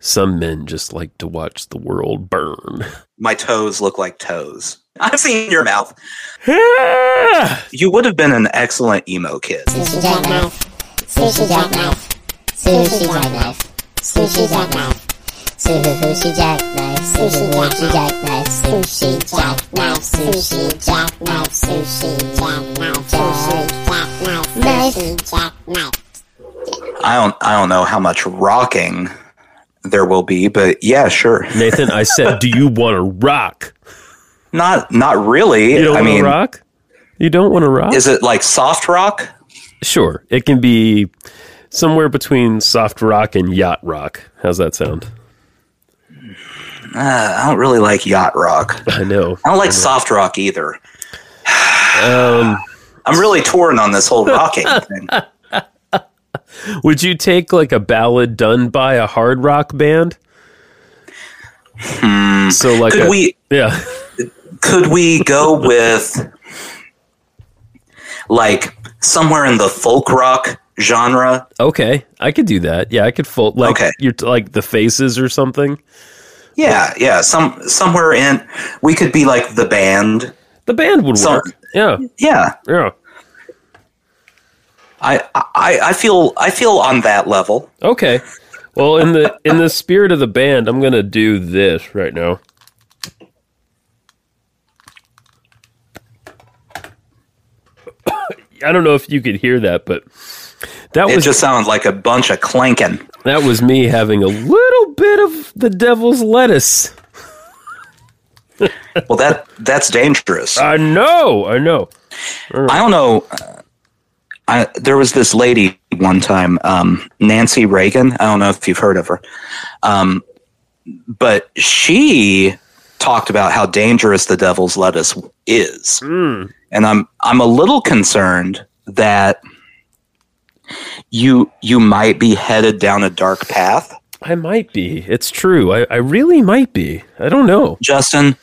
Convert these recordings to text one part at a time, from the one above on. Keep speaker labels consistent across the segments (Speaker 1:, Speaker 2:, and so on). Speaker 1: Some men just like to watch the world burn.
Speaker 2: My toes look like toes. I've seen your mouth.
Speaker 1: Ah!
Speaker 2: You would have been an excellent emo kid.
Speaker 3: Sushi jackknife. Sushi jackknife. Sushi jackknife. Sushi jackknife. Sushi jackknife. Sushi jackknife. Sushi jackknife. Sushi jackknife. Sushi jackknife. Sushi jackknife. Sushi jackknife.
Speaker 2: I don't I don't know how much rocking there will be, but yeah, sure.
Speaker 1: Nathan, I said, do you want to rock?
Speaker 2: Not not really.
Speaker 1: You don't
Speaker 2: I
Speaker 1: want to
Speaker 2: mean,
Speaker 1: rock? You don't want to rock?
Speaker 2: is it like soft rock?
Speaker 1: sure. It can be somewhere between soft rock and yacht rock. How's that sound?
Speaker 2: Uh, I don't really like yacht rock.
Speaker 1: I know.
Speaker 2: I don't like soft rock either. I'm really torn on this whole rocking thing.
Speaker 1: Would you take like a ballad done by a hard rock band? So like
Speaker 2: Hmm. Could
Speaker 1: a-
Speaker 2: we
Speaker 1: yeah.
Speaker 2: could we go with like somewhere in the folk rock genre?
Speaker 1: Okay, I could do that. Yeah, I could fold like
Speaker 2: Okay.
Speaker 1: you're like the faces or something.
Speaker 2: Yeah, yeah. Some somewhere in we could be like the band.
Speaker 1: The band would
Speaker 2: So-
Speaker 1: work. Yeah,
Speaker 2: Yeah.
Speaker 1: yeah.
Speaker 2: I, I I feel I feel on that level.
Speaker 1: Okay. Well, in the in the spirit of the band, I'm gonna do this right now. I don't know if you could hear that, but that
Speaker 2: It
Speaker 1: was
Speaker 2: just sounds like a bunch of clanking.
Speaker 1: that was me having a little bit of the devil's lettuce.
Speaker 2: Well, that that's dangerous.
Speaker 1: I know, I know.
Speaker 2: I don't know. uh, I, there was this lady one time, um, Nancy Reagan. I don't know if you've heard of her, um, but she talked about how dangerous the devil's lettuce is, and I'm I'm a little concerned that you you might be headed down a dark path,
Speaker 1: I might be. It's true. I, I really might be. I don't know.
Speaker 2: Justin.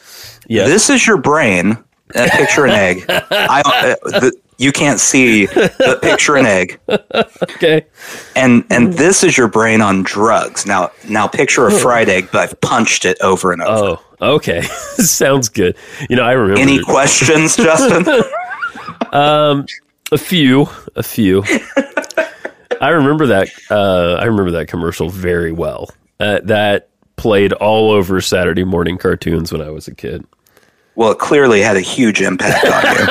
Speaker 1: Yes.
Speaker 2: This is your brain. Uh, picture an egg. I, uh, the, you can't see, but picture an egg.
Speaker 1: Okay.
Speaker 2: and
Speaker 1: Mm.
Speaker 2: and this is your brain on drugs now now picture a fried egg but i've punched it over and over
Speaker 1: Oh, okay. Sounds good. You know, I remember
Speaker 2: any questions justin
Speaker 1: a few, a few. I remember that. Uh, I remember that commercial very well. Uh, that played all over Saturday morning cartoons when I was a kid.
Speaker 2: well it clearly had a huge impact on you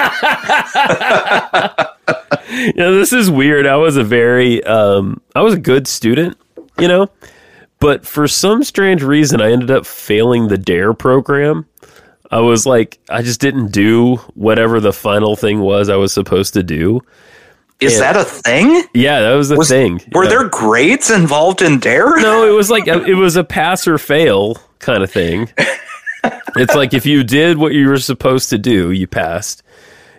Speaker 1: Yeah, this is weird. I was a very, um, I was a good student, you know, but for some strange reason, I ended up failing the DARE program. I was like, I just didn't do whatever the final thing was I was supposed to do.
Speaker 2: is
Speaker 1: Yeah.
Speaker 2: that a thing
Speaker 1: Yeah, that was the
Speaker 2: Was-
Speaker 1: thing.
Speaker 2: were
Speaker 1: Yeah.
Speaker 2: there grades involved in dare
Speaker 1: No, it was like it was a pass or fail kind of thing. it's like if you did what you were supposed to do, you passed.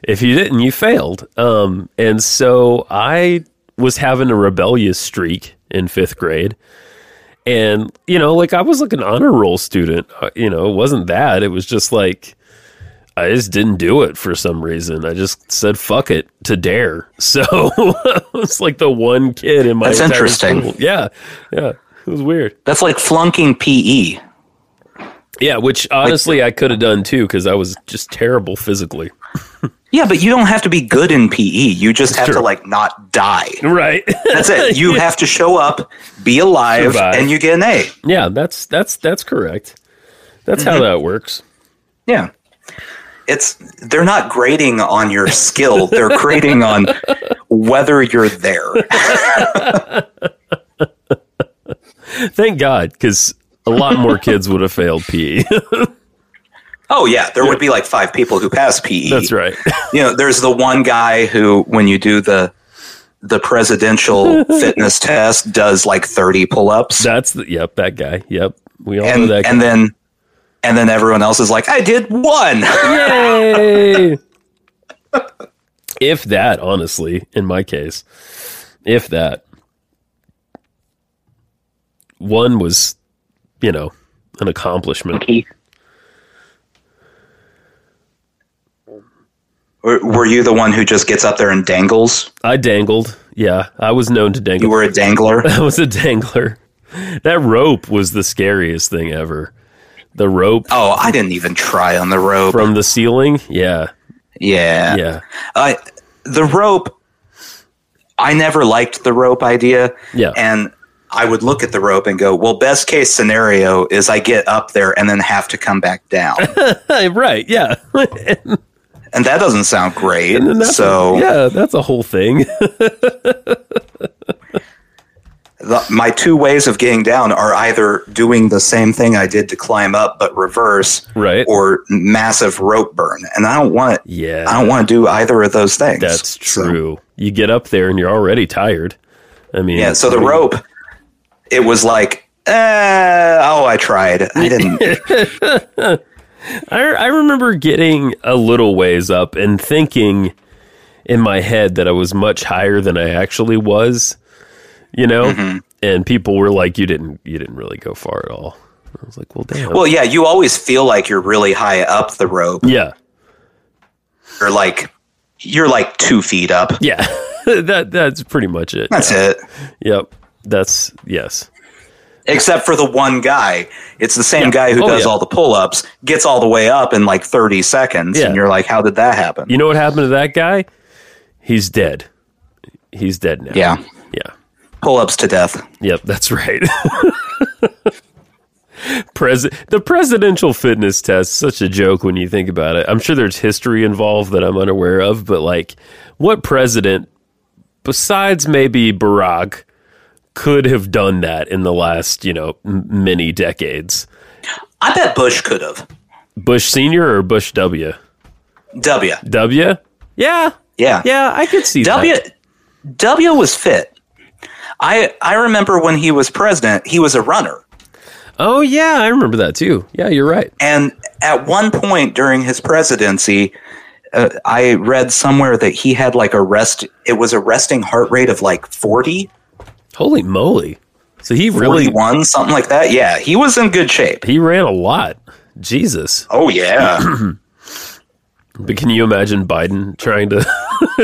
Speaker 1: If you didn't, you failed. Um, and so I was having a rebellious streak in fifth grade. And, you know, like I was like an honor roll student. Uh, You know, it wasn't that. It was just like I just didn't do it for some reason. I just said fuck it to dare. So it's like the one kid in my
Speaker 2: That's
Speaker 1: entire
Speaker 2: interesting.
Speaker 1: school. Yeah. Yeah. It was weird.
Speaker 2: that's like flunking E. pe
Speaker 1: Yeah, which honestly I could have done too because I was just terrible physically.
Speaker 2: yeah but you don't have to be good in pe you just have
Speaker 1: true.
Speaker 2: to like not die
Speaker 1: Right.
Speaker 2: that's it you have to show up be alive
Speaker 1: Survive.
Speaker 2: and you get an a
Speaker 1: yeah, that's that's that's correct. That's how that works.
Speaker 2: Yeah. It's they're not grading on your skill. They're grading on whether you're there.
Speaker 1: Thank God, because a lot more kids would have failed E. PE.
Speaker 2: Oh yeah, there would be like five people who pass PE.
Speaker 1: that's right.
Speaker 2: You know, there's the one guy who when you do the the presidential fitness test does like 30 pull-ups
Speaker 1: That's the, yep, that guy. Yep, we all know
Speaker 2: and
Speaker 1: that.
Speaker 2: and
Speaker 1: guy.
Speaker 2: then and then everyone else is like I did one.
Speaker 1: Yay! if that, honestly, in my case, if that one was, you know, an accomplishment.
Speaker 2: Were were you the one who just gets up there and dangles?
Speaker 1: I dangled. Yeah, I was known to dangle.
Speaker 2: You were a dangler.
Speaker 1: I was a dangler. That rope was the scariest thing ever. The rope
Speaker 2: Oh, I didn't even try on the rope.
Speaker 1: from the ceiling. Yeah.
Speaker 2: yeah.
Speaker 1: Yeah.
Speaker 2: I the rope. I never liked the rope idea.
Speaker 1: Yeah.
Speaker 2: And I would look at the rope and go, "Well, best case scenario is I get up there and then have to come back down,
Speaker 1: right. Yeah.
Speaker 2: and that doesn't sound great."
Speaker 1: And that's-
Speaker 2: so
Speaker 1: yeah, that's a whole thing.
Speaker 2: the, my two ways of getting down are either doing the same thing I did to climb up but reverse,
Speaker 1: Right.
Speaker 2: Or massive rope burn, and I don't want.
Speaker 1: Yeah.
Speaker 2: I don't want to do either of those things.
Speaker 1: That's
Speaker 2: So-
Speaker 1: true. You get up there and you're already tired. I mean,
Speaker 2: yeah. So the rope, it was like, eh, oh, I tried. I didn't.
Speaker 1: I, I remember getting a little ways up and thinking in my head that I was much higher than I actually was, you know?
Speaker 2: Mm-hmm.
Speaker 1: And people were like, you didn't, you didn't really go far at all. I was like, well, damn.
Speaker 2: Well, yeah, you always feel like you're really high up the rope.
Speaker 1: yeah.
Speaker 2: You're like you're like two feet up.
Speaker 1: Yeah. that, that's pretty much it.
Speaker 2: That's it.
Speaker 1: Yep. That's yes.
Speaker 2: Except for the one guy. It's the same guy who
Speaker 1: Oh,
Speaker 2: does
Speaker 1: yeah.
Speaker 2: all the pull ups, gets all the way up in like thirty seconds,
Speaker 1: Yeah.
Speaker 2: and you're like, How did that happen?
Speaker 1: You know what happened to that guy? He's dead. He's dead now.
Speaker 2: Yeah.
Speaker 1: Yeah.
Speaker 2: Pull ups to death.
Speaker 1: Yep, that's right. Pres- the presidential fitness test such a joke when you think about it. I'm sure there's history involved that I'm unaware of, but like what president besides maybe Barack could have done that in the last, you know, m- many decades?
Speaker 2: I bet Bush could have.
Speaker 1: Bush senior or Bush W?
Speaker 2: W.
Speaker 1: W? Yeah.
Speaker 2: Yeah.
Speaker 1: Yeah, I could see
Speaker 2: W
Speaker 1: that.
Speaker 2: W was fit. I I remember when he was president, he was a runner.
Speaker 1: Oh yeah, I remember that too. Yeah, you're right.
Speaker 2: And at one point during his presidency, uh, I read somewhere that he had like a rest. It was a resting heart rate of like 40,
Speaker 1: Holy moly. So he really
Speaker 2: 41, something like that. Yeah, he was in good shape.
Speaker 1: he ran a lot. Jesus.
Speaker 2: Oh yeah,
Speaker 1: But can you imagine Biden trying to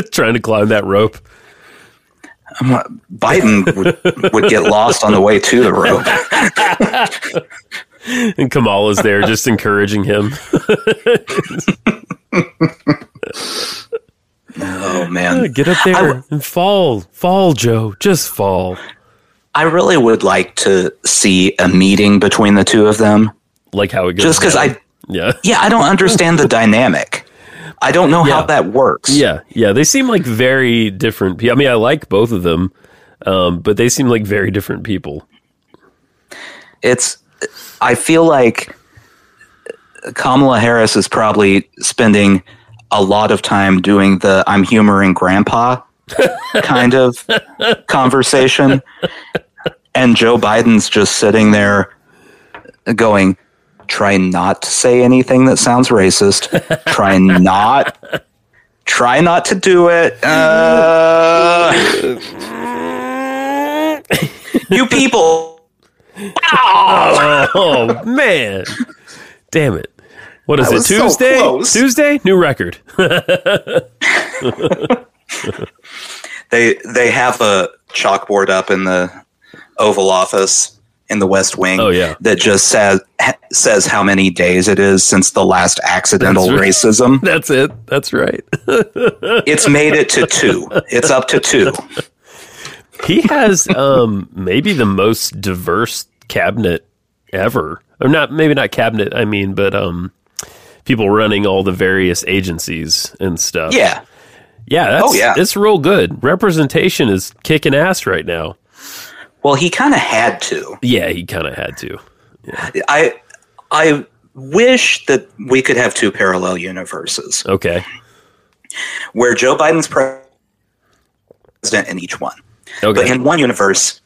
Speaker 1: trying to climb that rope?
Speaker 2: Biden would, would get lost on the way to the rope.
Speaker 1: And Kamala's there just encouraging him.
Speaker 2: Oh man,
Speaker 1: Get up
Speaker 2: I
Speaker 1: there
Speaker 2: w-
Speaker 1: and fall. Fall, Joe. Just fall.
Speaker 2: I really would like to see a meeting between the two of them,
Speaker 1: Like how it goes.
Speaker 2: just because
Speaker 1: down.
Speaker 2: I
Speaker 1: Yeah.
Speaker 2: yeah I don't understand the dynamic. I don't know
Speaker 1: Yeah.
Speaker 2: how that works.
Speaker 1: Yeah. Yeah. They seem like very different people. I mean, I like both of them, um, but they seem like very different people.
Speaker 2: it's i feel like kamala harris is probably spending a lot of time doing the i'm humoring grandpa kind of conversation and joe biden's just sitting there going try not to say anything that sounds racist try not try not to do it uh, you people
Speaker 1: Oh man. Damn it. What is it?
Speaker 2: was so
Speaker 1: Tuesday?
Speaker 2: close.
Speaker 1: Tuesday? New record.
Speaker 2: they they have a chalkboard up in the Oval Office in the West Wing.
Speaker 1: Oh, yeah.
Speaker 2: that just says ha- says how many days it is since the last accidental
Speaker 1: That's right.
Speaker 2: racism.
Speaker 1: That's it. That's right.
Speaker 2: It's made it to two. It's up to two.
Speaker 1: He has um, maybe the most diverse cabinet ever, or not maybe not cabinet. I mean, but um, people running all the various agencies and stuff.
Speaker 2: Yeah,
Speaker 1: yeah. That's,
Speaker 2: Oh, yeah.
Speaker 1: It's real good. Representation is kicking ass right now.
Speaker 2: well, he kind of had to.
Speaker 1: Yeah, he kind of had to.
Speaker 2: I I wish that we could have two parallel universes
Speaker 1: Okay.
Speaker 2: where Joe Biden's pre- president in each one,
Speaker 1: Okay.
Speaker 2: but in one universe.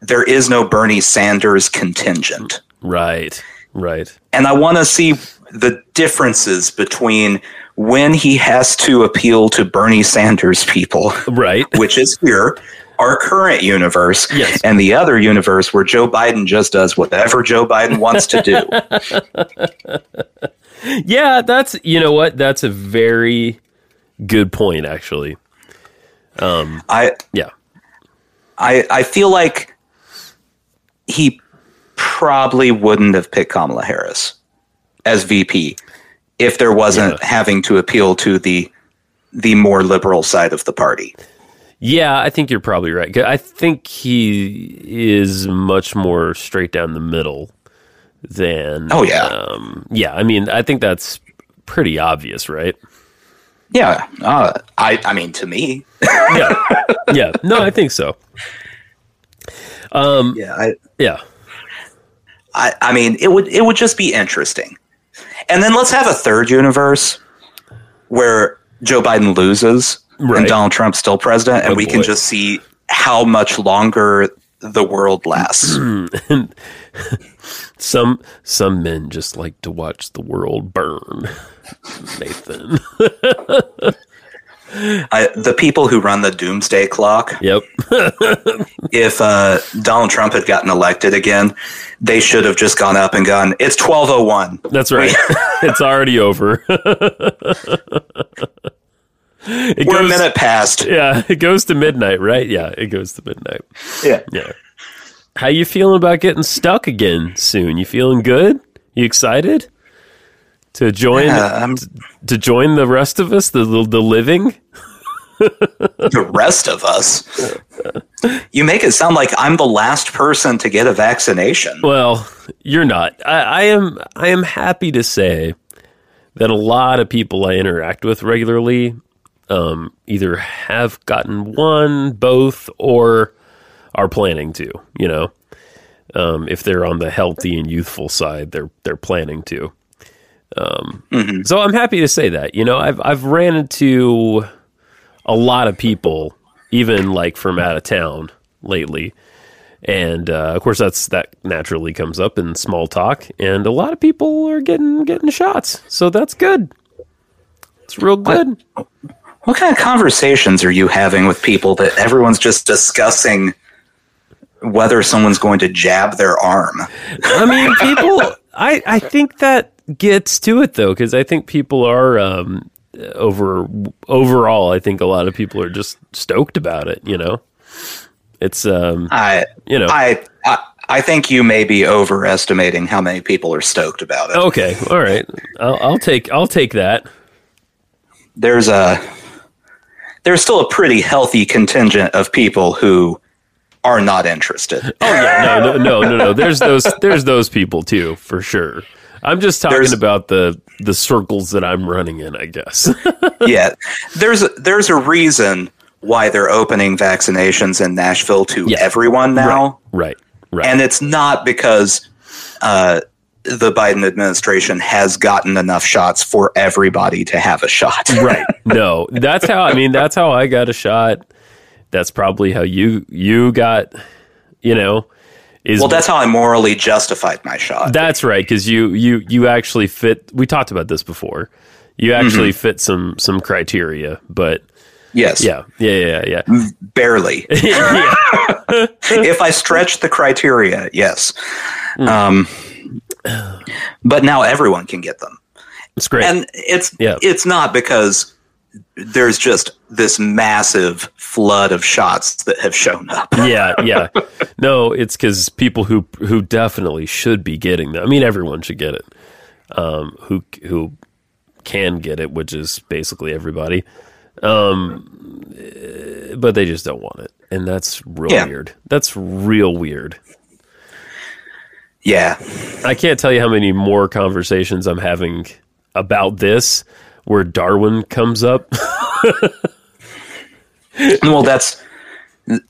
Speaker 2: There is no Bernie Sanders contingent.
Speaker 1: right. Right.
Speaker 2: and I want to see the differences between when he has to appeal to Bernie Sanders people,
Speaker 1: Right.
Speaker 2: which is here, our current universe,
Speaker 1: Yes.
Speaker 2: and the other universe where Joe Biden just does whatever Joe Biden wants to do.
Speaker 1: Yeah, that's you know what? That's a very good point, actually.
Speaker 2: I,
Speaker 1: Yeah.
Speaker 2: I, I feel like he probably wouldn't have picked Kamala Harris as VP if there wasn't having to appeal to the the more liberal side of the party.
Speaker 1: Yeah, I think you're probably right. 'Cause I think he is much more straight down the middle than.
Speaker 2: Oh, yeah.
Speaker 1: um, yeah. I mean, I think that's pretty obvious, right?
Speaker 2: Yeah, uh, I I mean to me,
Speaker 1: Yeah, yeah. No, I think so.
Speaker 2: yeah, I,
Speaker 1: Yeah,
Speaker 2: I I mean it would it would just be interesting, and then let's have a third universe where Joe Biden loses
Speaker 1: Right.
Speaker 2: and Donald Trump's still president, and
Speaker 1: Oh,
Speaker 2: we
Speaker 1: boy.
Speaker 2: can just see how much longer the world lasts.
Speaker 1: some some men just like to watch the world burn. Nathan.
Speaker 2: I, the people who run the doomsday clock
Speaker 1: Yep.
Speaker 2: if uh, Donald Trump had gotten elected again, they should have just gone up and gone, it's 1201.
Speaker 1: That's right. it's already over. it
Speaker 2: We're a minute past.
Speaker 1: Yeah, it goes to midnight, right? Yeah, it goes to midnight.
Speaker 2: Yeah.
Speaker 1: Yeah. How you feeling about getting stuck again soon? You feeling good? You excited to join
Speaker 2: Yeah, Uh, I'm-
Speaker 1: to join the rest of us, the the, the living?
Speaker 2: the rest of us. You make it sound like I'm the last person to get a vaccination.
Speaker 1: Well, you're not. I, I am. I am happy to say that a lot of people I interact with regularly um, either have gotten one, both, or are planning to. You know, um, if they're on the healthy and youthful side, they're they're planning to. Um, So I'm happy to say that. You know, I've I've ran into a lot of people, even like from out of town lately. And uh, of course, that's that naturally comes up in small talk, and a lot of people are getting getting shots, so that's good. It's real good.
Speaker 2: What kind of conversations are you having with people that everyone's just discussing whether someone's going to jab their arm?
Speaker 1: I mean, people. I I think that gets to it though, because I think people are um, over overall. I think a lot of people are just stoked about it. You know, it's um,
Speaker 2: I,
Speaker 1: you know,
Speaker 2: I, I, I think you may be overestimating how many people are stoked about it.
Speaker 1: okay, all right. I'll, I'll take I'll take that.
Speaker 2: there's a there's still a pretty healthy contingent of people who are not interested.
Speaker 1: Oh yeah, no, no, no, no, no. There's those there's those people too for sure. I'm just talking
Speaker 2: There's-
Speaker 1: about the the circles that I'm running in, I guess.
Speaker 2: yeah, there's there's a reason why they're opening vaccinations in Nashville to
Speaker 1: Yeah.
Speaker 2: everyone now,
Speaker 1: right, right.
Speaker 2: and it's not because uh, the Biden administration has gotten enough shots for everybody to have a shot.
Speaker 1: right. No, that's how I mean. That's how I got a shot. That's probably how you you got. You know, is
Speaker 2: well, that's how I morally justified my shot.
Speaker 1: That's right, because you you you actually fit. We talked about this before. You actually
Speaker 2: Mm-hmm.
Speaker 1: fit some some criteria, but
Speaker 2: yes,
Speaker 1: yeah, yeah, yeah, yeah.
Speaker 2: barely.
Speaker 1: yeah.
Speaker 2: if I stretch the criteria, yes.
Speaker 1: Mm.
Speaker 2: Um, but now everyone can get them,
Speaker 1: It's great.
Speaker 2: and it's
Speaker 1: Yeah.
Speaker 2: it's not because there's just this massive flood of shots that have shown up.
Speaker 1: yeah, yeah. No, it's because people who who definitely should be getting them. I mean, everyone should get it. Um, who who can get it, which is basically everybody. Um, eh, but they just don't want it, and that's real
Speaker 2: Yeah.
Speaker 1: weird. That's real weird.
Speaker 2: Yeah,
Speaker 1: I can't tell you how many more conversations I'm having about this where Darwin comes up.
Speaker 2: well, that's.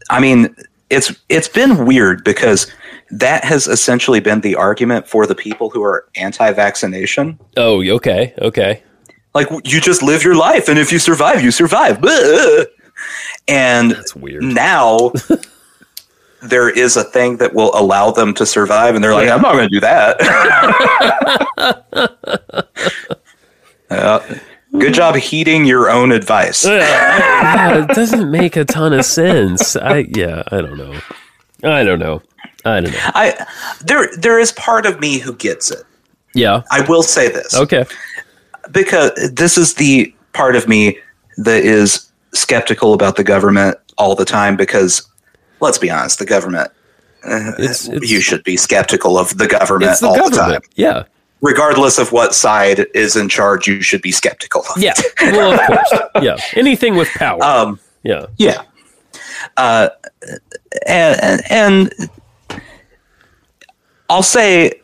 Speaker 2: I mean, it's it's been weird because that has essentially been the argument for the people who are anti-vaccination.
Speaker 1: oh, okay, okay.
Speaker 2: Like you just live your life, and if you survive, you survive. Bleh. And
Speaker 1: That's weird.
Speaker 2: now there is a thing that will allow them to survive and they're like i'm not going to do that Yeah. good job heeding your own advice
Speaker 1: yeah, it doesn't make a ton of sense. I yeah, I don't know. I don't know. I don't know.
Speaker 2: i there there is part of me who gets it
Speaker 1: Yeah.
Speaker 2: i will say this
Speaker 1: Okay.
Speaker 2: because this is the part of me that is skeptical about the government all the time because let's be honest the government
Speaker 1: It's, it's,
Speaker 2: you should be skeptical of the government
Speaker 1: it's the
Speaker 2: all the time.
Speaker 1: government. yeah.
Speaker 2: Regardless of what side is in charge, you should be skeptical of
Speaker 1: Yeah.
Speaker 2: it.
Speaker 1: Well, of course. Yeah. Anything with power.
Speaker 2: Um,
Speaker 1: yeah.
Speaker 2: yeah. Uh, and, and and I'll say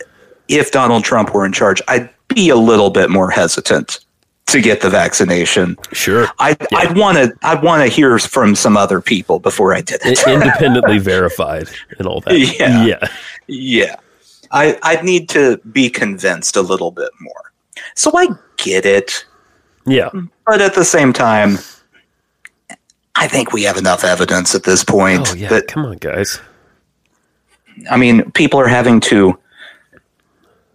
Speaker 2: if Donald Trump were in charge, I'd be a little bit more hesitant to get the vaccination.
Speaker 1: Sure.
Speaker 2: I, I'd want to I'd want to hear from some other people before I did it.
Speaker 1: I- independently verified and all that.
Speaker 2: Yeah.
Speaker 1: Yeah.
Speaker 2: Yeah. I, I'd need to be convinced a little bit more. So I get it.
Speaker 1: Yeah.
Speaker 2: But at the same time, I think we have enough evidence at this point
Speaker 1: Oh, yeah.
Speaker 2: that,
Speaker 1: Come on, guys.
Speaker 2: I mean, people are having to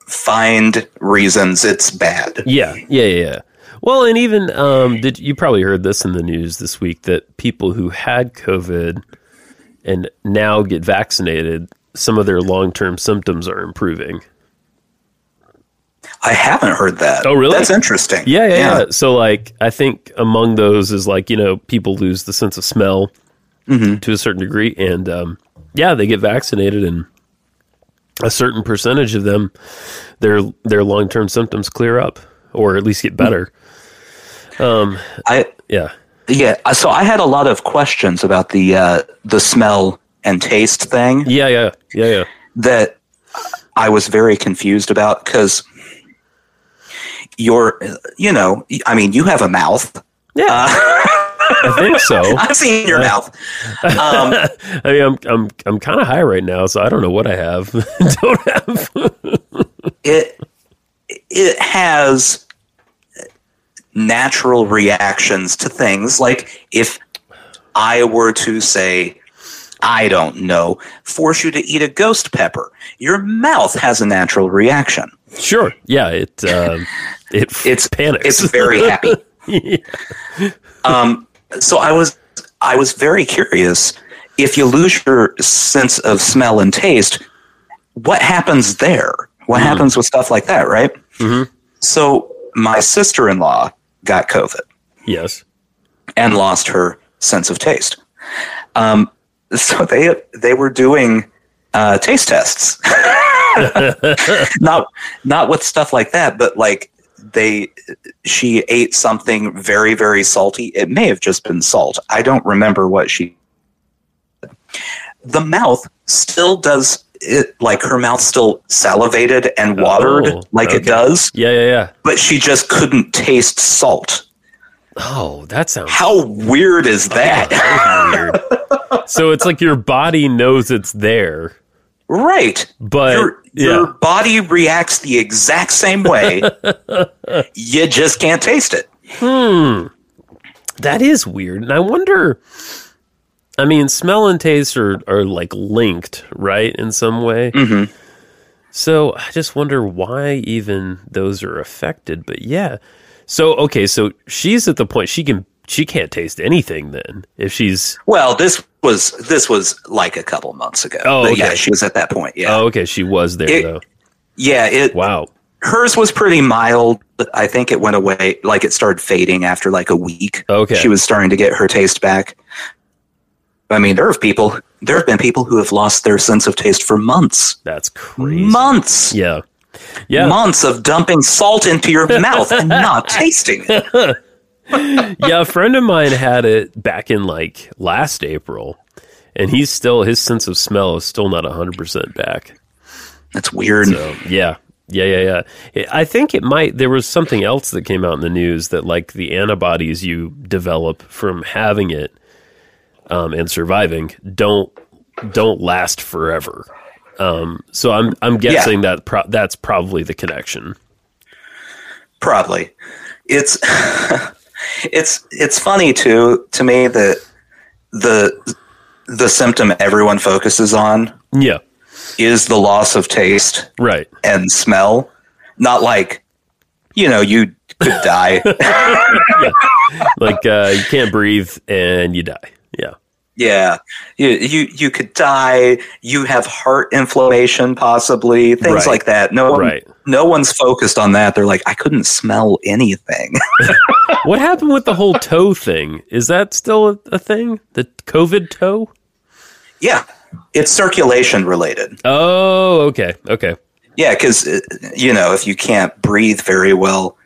Speaker 2: find reasons it's bad.
Speaker 1: Yeah, yeah, yeah. yeah. Well, and even um, did you probably heard this in the news this week that people who had COVID and now get vaccinated, some of their long-term symptoms are improving.
Speaker 2: I haven't heard that.
Speaker 1: Oh, really?
Speaker 2: That's interesting.
Speaker 1: Yeah, yeah, yeah. So, like, I think among those is like you know people lose the sense of smell to a certain degree, and um, yeah, they get vaccinated, and a certain percentage of them, their their long term symptoms clear up or at least get better.
Speaker 2: I,
Speaker 1: Yeah.
Speaker 2: yeah. So I had a lot of questions about the uh, the smell and taste thing.
Speaker 1: Yeah, yeah, yeah, yeah.
Speaker 2: that I was very confused about because you're, you know, I mean, you have a mouth.
Speaker 1: Yeah, I think so.
Speaker 2: I've seen your mouth. Um,
Speaker 1: I mean, I'm I'm I'm kind of high right now, so I don't know what I have. don't have.
Speaker 2: it it has natural reactions to things. Like if I were to say, I don't know, force you to eat a ghost pepper, your mouth has a natural reaction.
Speaker 1: Sure. Yeah. It um, it
Speaker 2: It's-
Speaker 1: panics.
Speaker 2: It's very happy. um, so I was I was very curious. If you lose your sense of smell and taste, what happens there? What happens with stuff like that, right?
Speaker 1: Mhm.
Speaker 2: So my sister in law got COVID
Speaker 1: yes.
Speaker 2: and lost her sense of taste. Um, so they they were doing uh, taste tests, not not with stuff like that, but like they she ate something very very salty. It may have just been salt. I don't remember what she. The mouth still does it like her mouth still salivated and watered
Speaker 1: Oh,
Speaker 2: like
Speaker 1: okay.
Speaker 2: it does,
Speaker 1: Yeah. Yeah. Yeah.
Speaker 2: but she just couldn't taste salt.
Speaker 1: Oh, that sounds
Speaker 2: How weird is that?
Speaker 1: weird. so it's like your body knows it's there,
Speaker 2: Right.
Speaker 1: but
Speaker 2: your,
Speaker 1: yeah.
Speaker 2: your body reacts the exact same way. you just can't taste it.
Speaker 1: That is weird. And I wonder I mean, smell and taste are, are like linked, right, in some way. Mm-hmm. So I just wonder why even those are affected. But yeah. So okay, so she's at the point she can she can't taste anything then if she's
Speaker 2: Well, this was this was like a couple months ago.
Speaker 1: Oh,
Speaker 2: But
Speaker 1: okay.
Speaker 2: yeah, she was at that point. Yeah,
Speaker 1: oh okay, she was there
Speaker 2: It-
Speaker 1: though.
Speaker 2: yeah. It
Speaker 1: Wow.
Speaker 2: hers was pretty mild. I think it went away. Like it started fading after like a week.
Speaker 1: Okay.
Speaker 2: she was starting to get her taste back. I mean, there have people. There have been people who have lost their sense of taste for months.
Speaker 1: That's crazy.
Speaker 2: Months.
Speaker 1: yeah. Yeah.
Speaker 2: months of dumping salt into your mouth and not tasting it.
Speaker 1: yeah, a friend of mine had it back in like last April, and he's still his sense of smell is still not hundred percent back.
Speaker 2: That's weird.
Speaker 1: So yeah, yeah, yeah, yeah. It- I think it might. There was something else that came out in the news that like the antibodies you develop from having it um, and surviving don't don't last forever. Um, so I'm I'm guessing that pro- that's probably the connection.
Speaker 2: Probably. It's it's it's funny too to me that the the symptom everyone focuses on
Speaker 1: Yeah,
Speaker 2: is the loss of taste
Speaker 1: right.
Speaker 2: and smell. Not like, you know, you could die.
Speaker 1: Like uh, you can't breathe and you die. Yeah.
Speaker 2: yeah. You, you you could die, you have heart inflammation possibly, things
Speaker 1: Right.
Speaker 2: like that. No one,
Speaker 1: Right.
Speaker 2: no one's focused on that. They're like, I couldn't smell anything.
Speaker 1: What happened with the whole toe thing? Is that still a, a thing? The COVID toe?
Speaker 2: Yeah. It's circulation related.
Speaker 1: Oh, okay, okay.
Speaker 2: Yeah, because you know if you can't breathe very well,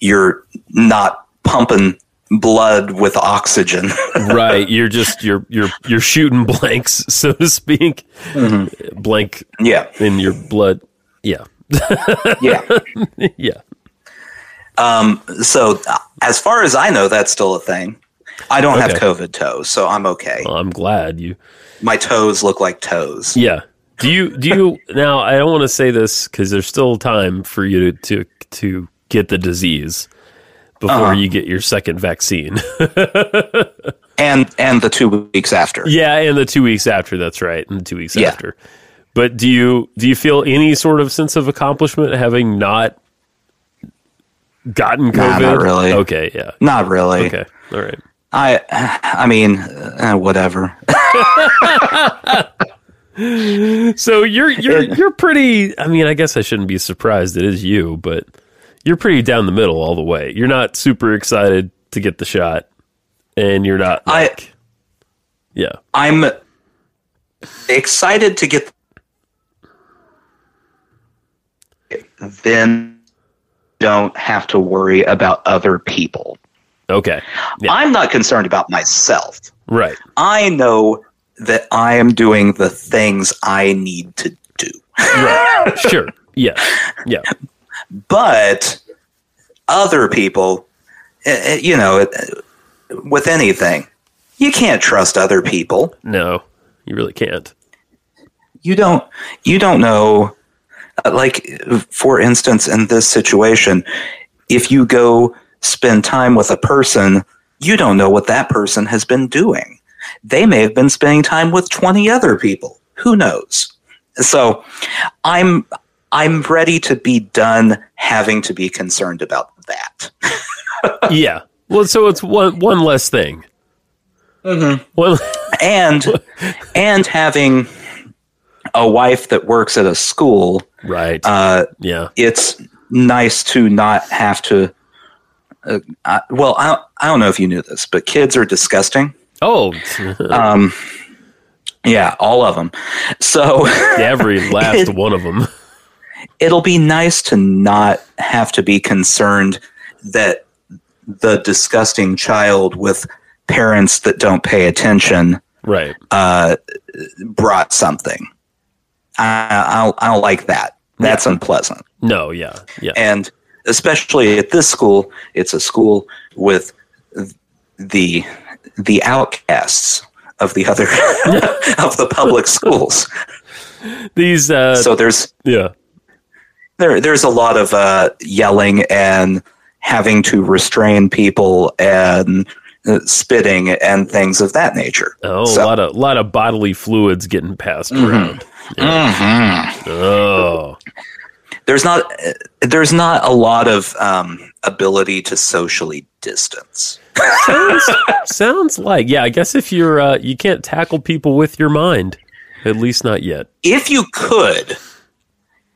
Speaker 2: you're not pumping blood with oxygen.
Speaker 1: Right, you're just you're you're you're shooting blanks, so to speak.
Speaker 2: Mm-hmm.
Speaker 1: Blank
Speaker 2: yeah,
Speaker 1: in your blood. Yeah,
Speaker 2: yeah.
Speaker 1: yeah.
Speaker 2: So uh, as far as I know, that's still a thing. I don't have
Speaker 1: Okay.
Speaker 2: COVID toes, so I'm okay.
Speaker 1: Well, I'm glad you.
Speaker 2: My toes look like toes.
Speaker 1: Yeah. Do you do you now? I don't want to say this because there's still time for you to to, to get the disease before
Speaker 2: Uh-huh.
Speaker 1: you get your second vaccine.
Speaker 2: and and the two weeks after.
Speaker 1: yeah, and the two weeks after. That's right, and the two weeks
Speaker 2: Yeah.
Speaker 1: after. But do you do you feel any sort of sense of accomplishment having not gotten
Speaker 2: Nah,
Speaker 1: COVID?
Speaker 2: not really.
Speaker 1: Okay. Yeah.
Speaker 2: Not really.
Speaker 1: Okay. All right.
Speaker 2: I I mean, uh, whatever.
Speaker 1: So you're you're you're pretty. I mean, I guess I shouldn't be surprised. It is you, but you're pretty down the middle all the way. You're not super excited to get the shot, and you're not
Speaker 2: I-
Speaker 1: like, yeah,
Speaker 2: I'm excited to get then don't have to worry about other people.
Speaker 1: okay, yeah,
Speaker 2: I'm not concerned about myself.
Speaker 1: right,
Speaker 2: I know that I am doing the things I need to do.
Speaker 1: right, sure, yeah, yeah,
Speaker 2: but other people, eh, eh, you know, eh, with anything, you can't trust other people.
Speaker 1: no, you really can't.
Speaker 2: You don't. You don't know. uh, Like, for instance, in this situation, if you go spend time with a person, you don't know what that person has been doing. They may have been spending time with twenty other people. Who knows? So, I'm. I'm ready to be done having to be concerned about that.
Speaker 1: Yeah, well, so it's one one less thing.
Speaker 2: Mm-hmm.
Speaker 1: One,
Speaker 2: and and having a wife that works at a school,
Speaker 1: right,
Speaker 2: uh,
Speaker 1: yeah,
Speaker 2: it's nice to not have to. Uh, I, well, I don't, I don't know if you knew this, but kids are disgusting.
Speaker 1: oh,
Speaker 2: Yeah, all of them. So
Speaker 1: every last one of them.
Speaker 2: it'll be nice to not have to be concerned that the disgusting child with parents that don't pay attention uh,
Speaker 1: Right.
Speaker 2: brought something. I, I, don't, I don't like that. That's unpleasant.
Speaker 1: No. Yeah. Yeah.
Speaker 2: and especially at this school, it's a school with the the outcasts of the other of the public schools.
Speaker 1: These. Uh,
Speaker 2: So there's
Speaker 1: yeah.
Speaker 2: there there's a lot of uh, yelling and having to restrain people and uh, spitting and things of that nature.
Speaker 1: Oh,
Speaker 2: So- Mm-hmm.
Speaker 1: a lot of lot of bodily fluids getting passed around. Yeah. Oh,
Speaker 2: There's not uh, there's not a lot of um, ability to socially distance.
Speaker 1: sounds, sounds like yeah. I guess if you're uh, you can't tackle people with your mind, at least not yet.
Speaker 2: if you could,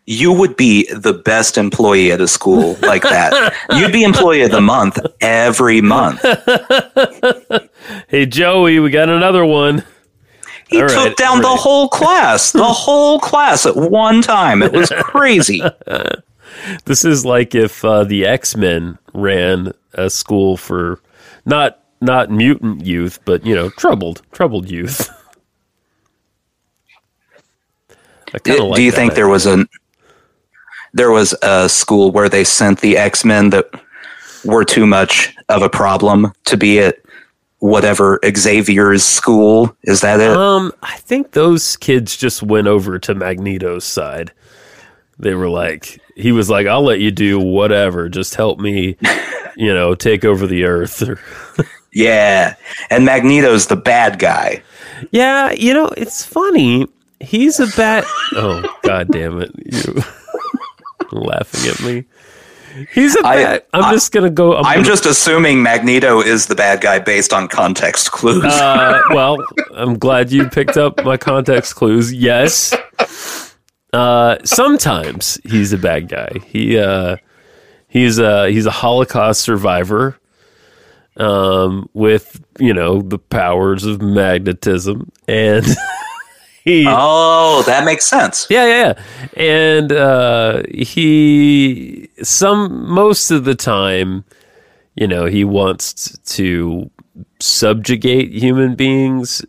Speaker 2: you would be the best employee at a school like that. You'd be employee of the month every month.
Speaker 1: Hey Joey, we got another one.
Speaker 2: He
Speaker 1: All right,
Speaker 2: took down
Speaker 1: all
Speaker 2: the
Speaker 1: right.
Speaker 2: whole class, the whole class at one time. It was crazy.
Speaker 1: This is like if uh, the X Men ran a school for not not mutant youth, but you know troubled troubled youth. I kinda
Speaker 2: Do
Speaker 1: like
Speaker 2: you
Speaker 1: that eh?
Speaker 2: think there was an there was a school where they sent the X Men that were too much of a problem to be at whatever Xavier's school? Is that it?
Speaker 1: Um, I think those kids just went over to Magneto's side. They were like, he was like, "I'll let you do whatever. Just help me, you know, take over the Earth." Or,
Speaker 2: yeah. And Magneto's the bad guy.
Speaker 1: yeah, you know, it's funny. He's a bad. Oh God damn it! You laughing at me? He's a
Speaker 2: I-
Speaker 1: bad. I, am
Speaker 2: I-
Speaker 1: just gonna go. I'm,
Speaker 2: I'm
Speaker 1: gonna-
Speaker 2: just assuming Magneto is the bad guy based on context clues.
Speaker 1: Uh, well, I'm glad you picked up my context clues. Yes. Uh, sometimes he's a bad guy. He uh, he's a he's a Holocaust survivor um, with you know the powers of magnetism, and he
Speaker 2: Oh, that makes sense.
Speaker 1: yeah, yeah, yeah. And uh, he some most of the time, you know, he wants t- to subjugate human beings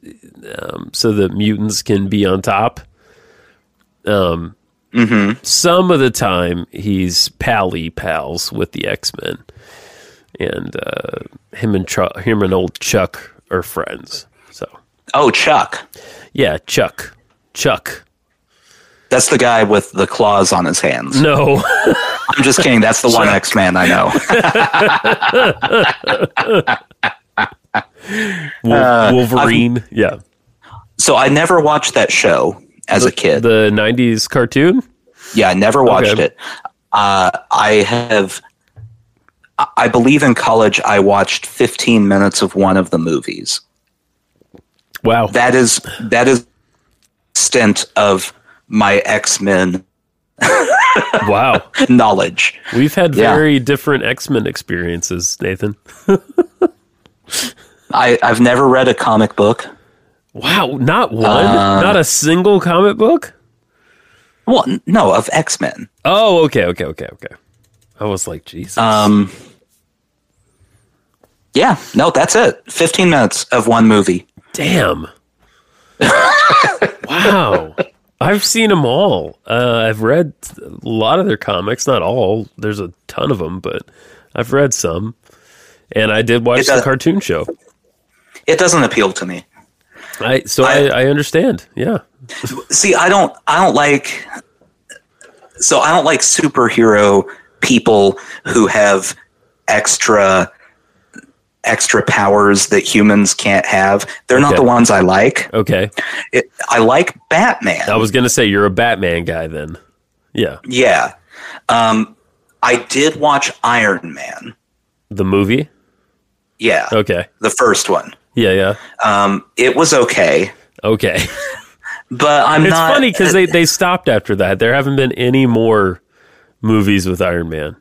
Speaker 1: um, so that mutants can be on top. Um, some of the time he's pally pals with the X Men, and uh, him and Tru him and old Chuck are friends. So
Speaker 2: Oh, Chuck.
Speaker 1: yeah, Chuck, Chuck.
Speaker 2: That's the guy with the claws on his hands.
Speaker 1: No.
Speaker 2: I'm just kidding. That's the one X Man I know.
Speaker 1: Wol-
Speaker 2: Uh,
Speaker 1: Wolverine. yeah.
Speaker 2: so I never watched that show as a kid.
Speaker 1: The 90s cartoon?
Speaker 2: Yeah, I never watched
Speaker 1: Okay.
Speaker 2: it. Uh, I have, I- I believe in college, I watched 15 minutes of one of the movies.
Speaker 1: Wow.
Speaker 2: That is that is extent of my X Men
Speaker 1: wow.
Speaker 2: knowledge.
Speaker 1: We've had
Speaker 2: Yeah.
Speaker 1: very different X Men experiences, Nathan.
Speaker 2: I, I've never read a comic book.
Speaker 1: Wow. Not one?
Speaker 2: Uh,
Speaker 1: not a single comic book?
Speaker 2: Well, n- no, of X Men.
Speaker 1: Oh, okay, okay, okay, okay. I was like, Jesus.
Speaker 2: Um, yeah, no, that's it. 15 minutes of one movie.
Speaker 1: Damn. wow. I've seen them all. Uh, I've read a lot of their comics, not all. There's a ton of them, but I've read some. And I did watch
Speaker 2: It
Speaker 1: the
Speaker 2: does-
Speaker 1: cartoon show.
Speaker 2: It doesn't appeal to me.
Speaker 1: I so I, I understand. Yeah.
Speaker 2: see i don't i don't like so i don't like superhero people who have extra extra powers that humans can't have they're not
Speaker 1: Okay.
Speaker 2: the ones i like
Speaker 1: Okay.
Speaker 2: it, i like batman
Speaker 1: I was gonna say you're a Batman guy then. Yeah.
Speaker 2: yeah um i did watch iron man
Speaker 1: The movie?
Speaker 2: yeah
Speaker 1: Okay.
Speaker 2: the first one
Speaker 1: Yeah, yeah.
Speaker 2: um it was okay
Speaker 1: Okay.
Speaker 2: but i'm
Speaker 1: It's
Speaker 2: not uh,
Speaker 1: funny because they, they stopped after that. There haven't been any more movies with Iron Man.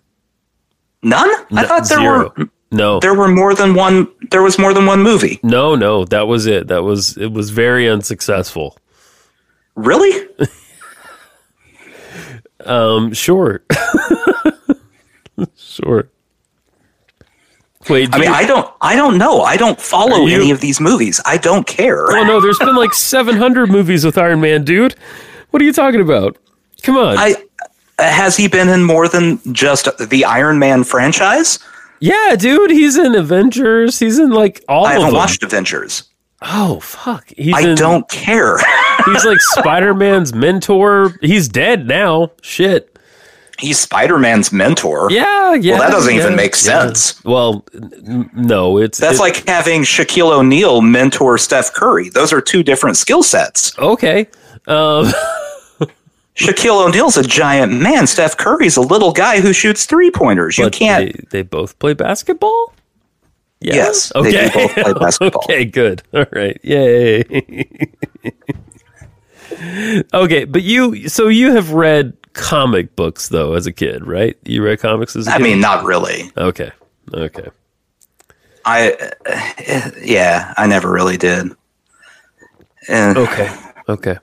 Speaker 2: none i thought there
Speaker 1: Zero.
Speaker 2: were
Speaker 1: no.
Speaker 2: there were more than one there was more than one movie
Speaker 1: no, no. That was it. That was it was very unsuccessful.
Speaker 2: really
Speaker 1: Um sure. sure. Wait,
Speaker 2: I mean, I don't, I don't know. I don't follow
Speaker 1: You-
Speaker 2: any of these movies. I don't care.
Speaker 1: Oh no, there's been like 700 movies with Iron Man, dude. What are you talking about? Come on.
Speaker 2: I has he been in more than just the Iron Man franchise?
Speaker 1: yeah, dude, he's in Avengers. He's in like all
Speaker 2: I
Speaker 1: of
Speaker 2: haven't
Speaker 1: them.
Speaker 2: watched Avengers.
Speaker 1: oh fuck, he's
Speaker 2: I
Speaker 1: in.
Speaker 2: don't care.
Speaker 1: He's like Spider Man's mentor. He's dead now. Shit.
Speaker 2: He's Spider Man's mentor.
Speaker 1: Yeah, yeah.
Speaker 2: Well, that doesn't
Speaker 1: yeah,
Speaker 2: even make
Speaker 1: yeah.
Speaker 2: sense.
Speaker 1: Well, n- no, it's
Speaker 2: That's
Speaker 1: it-
Speaker 2: like having Shaquille O'Neal mentor Steph Curry. Those are two different skill sets.
Speaker 1: okay. Um,
Speaker 2: Shaquille O'Neal's a giant man. Steph Curry's a little guy who shoots three pointers. You
Speaker 1: but
Speaker 2: can't.
Speaker 1: They, they both play basketball. Yeah?
Speaker 2: Yes, they do
Speaker 1: Okay.
Speaker 2: both play basketball.
Speaker 1: okay. Good. All right. Yay. okay, but you. So you have read comic books though as a kid, right? You read comics as a
Speaker 2: I
Speaker 1: kid.
Speaker 2: mean, not really.
Speaker 1: Okay. Okay.
Speaker 2: I, eh, yeah, I never really did. And
Speaker 1: Okay. Okay.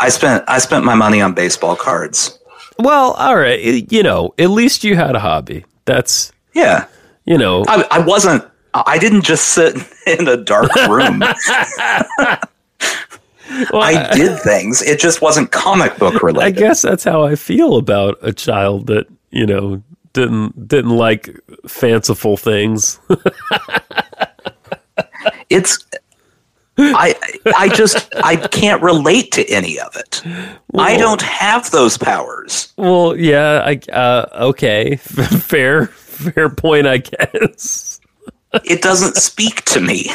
Speaker 2: I spent I spent my money on baseball cards.
Speaker 1: Well, all right. i- You know, at least you had a hobby. That's
Speaker 2: Yeah,
Speaker 1: you know.
Speaker 2: I, I wasn't. I didn't just sit in a dark room.
Speaker 1: well,
Speaker 2: I did things. It just wasn't comic book
Speaker 1: I
Speaker 2: related.
Speaker 1: guess that's how I feel about a child that you know didn't didn't like fanciful things.
Speaker 2: It's I I just I can't relate to any of it. I don't have those powers.
Speaker 1: well, yeah. I uh, okay. fair fair point. I guess
Speaker 2: It doesn't speak to me.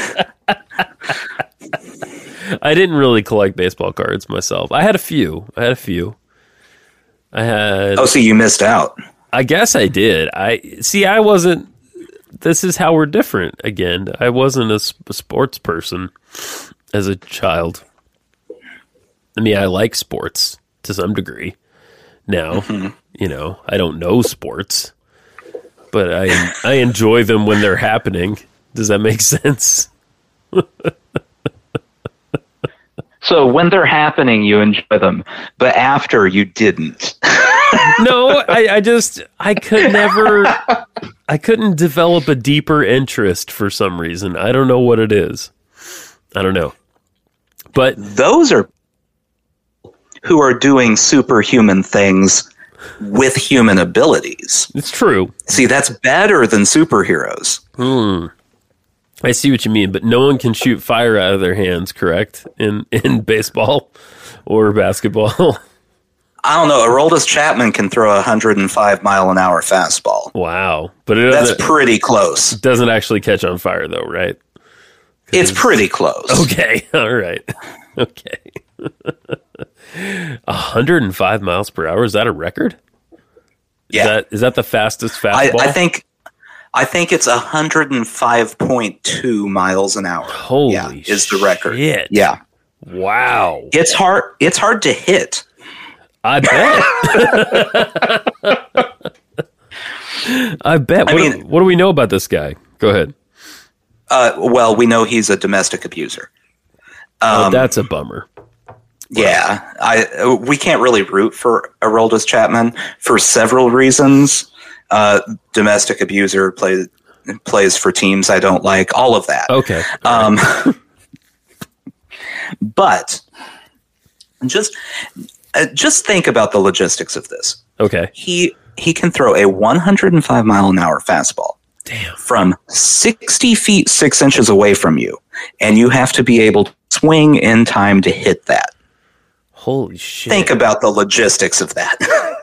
Speaker 1: I didn't really collect baseball cards myself. I had a few. I had a few. I had.
Speaker 2: Oh, so you missed out.
Speaker 1: I guess I did. I see. I wasn't. This is how we're different again. I wasn't a, s- a sports person as a child. I mean, I like sports to some degree. Now, you know, I don't know sports, but I I enjoy them when they're happening. Does that make sense?
Speaker 2: So when they're happening, you enjoy them, but after you didn't.
Speaker 1: no, I, I just I could never I couldn't develop a deeper interest for some reason. I don't know what it is. I don't know. But
Speaker 2: Those are who are doing superhuman things with human abilities.
Speaker 1: it's true.
Speaker 2: See, that's better than superheroes.
Speaker 1: I see what you mean, but no one can shoot fire out of their hands, correct? In in baseball or basketball.
Speaker 2: I don't know. Aroldis Chapman can throw a 105 mile an hour fastball.
Speaker 1: wow. But it
Speaker 2: That's
Speaker 1: doesn't,
Speaker 2: pretty close.
Speaker 1: doesn't actually catch on fire though, right?
Speaker 2: It's pretty close.
Speaker 1: Okay. All right. Okay. 105 miles per hour is that a record? Is
Speaker 2: Yeah.
Speaker 1: that is that the fastest
Speaker 2: I,
Speaker 1: fastball?
Speaker 2: I think I think it's 105.2 miles an hour.
Speaker 1: Holy
Speaker 2: yeah, is the record.
Speaker 1: shit.
Speaker 2: Yeah.
Speaker 1: Wow.
Speaker 2: It's hard it's hard to hit.
Speaker 1: I bet. I bet. What, do,
Speaker 2: mean-
Speaker 1: what do we know about this guy? Go ahead.
Speaker 2: Uh, well, we know he's a domestic abuser. um,
Speaker 1: oh, that's a bummer.
Speaker 2: Yeah, I uh, we can't really root for Aroldis Chapman for several reasons. Uh, domestic abuser plays plays for teams I don't like. All of that.
Speaker 1: Okay.
Speaker 2: Um, but just uh, just think about the logistics of this.
Speaker 1: Okay.
Speaker 2: He he can throw a 105 mile an hour fastball
Speaker 1: Damn.
Speaker 2: from 60 feet six inches away from you, and you have to be able to swing in time to hit that.
Speaker 1: Holy shit.
Speaker 2: Think about the logistics of that.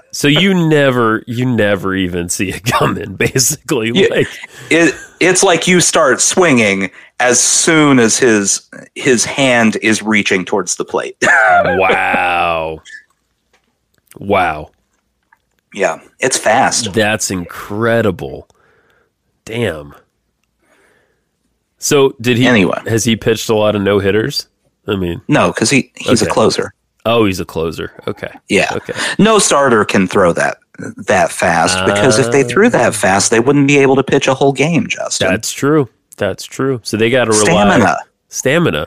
Speaker 1: so you never, you never even see it coming. Basically, like
Speaker 2: it it's like you start swinging as soon as his his hand is reaching towards the plate.
Speaker 1: wow, wow.
Speaker 2: yeah, it's fast.
Speaker 1: That's incredible. Damn. So did he?
Speaker 2: Anyway.
Speaker 1: has he pitched a lot of no hitters? I mean,
Speaker 2: No, because he he's
Speaker 1: Okay.
Speaker 2: a closer.
Speaker 1: oh, he's a closer. Okay.
Speaker 2: Yeah.
Speaker 1: Okay.
Speaker 2: No starter can throw that that fast because if
Speaker 1: Uh.
Speaker 2: they threw that fast, they wouldn't be able to pitch a whole game, Justin.
Speaker 1: That's true. That's true. So they got to rely
Speaker 2: Stamina.
Speaker 1: stamina.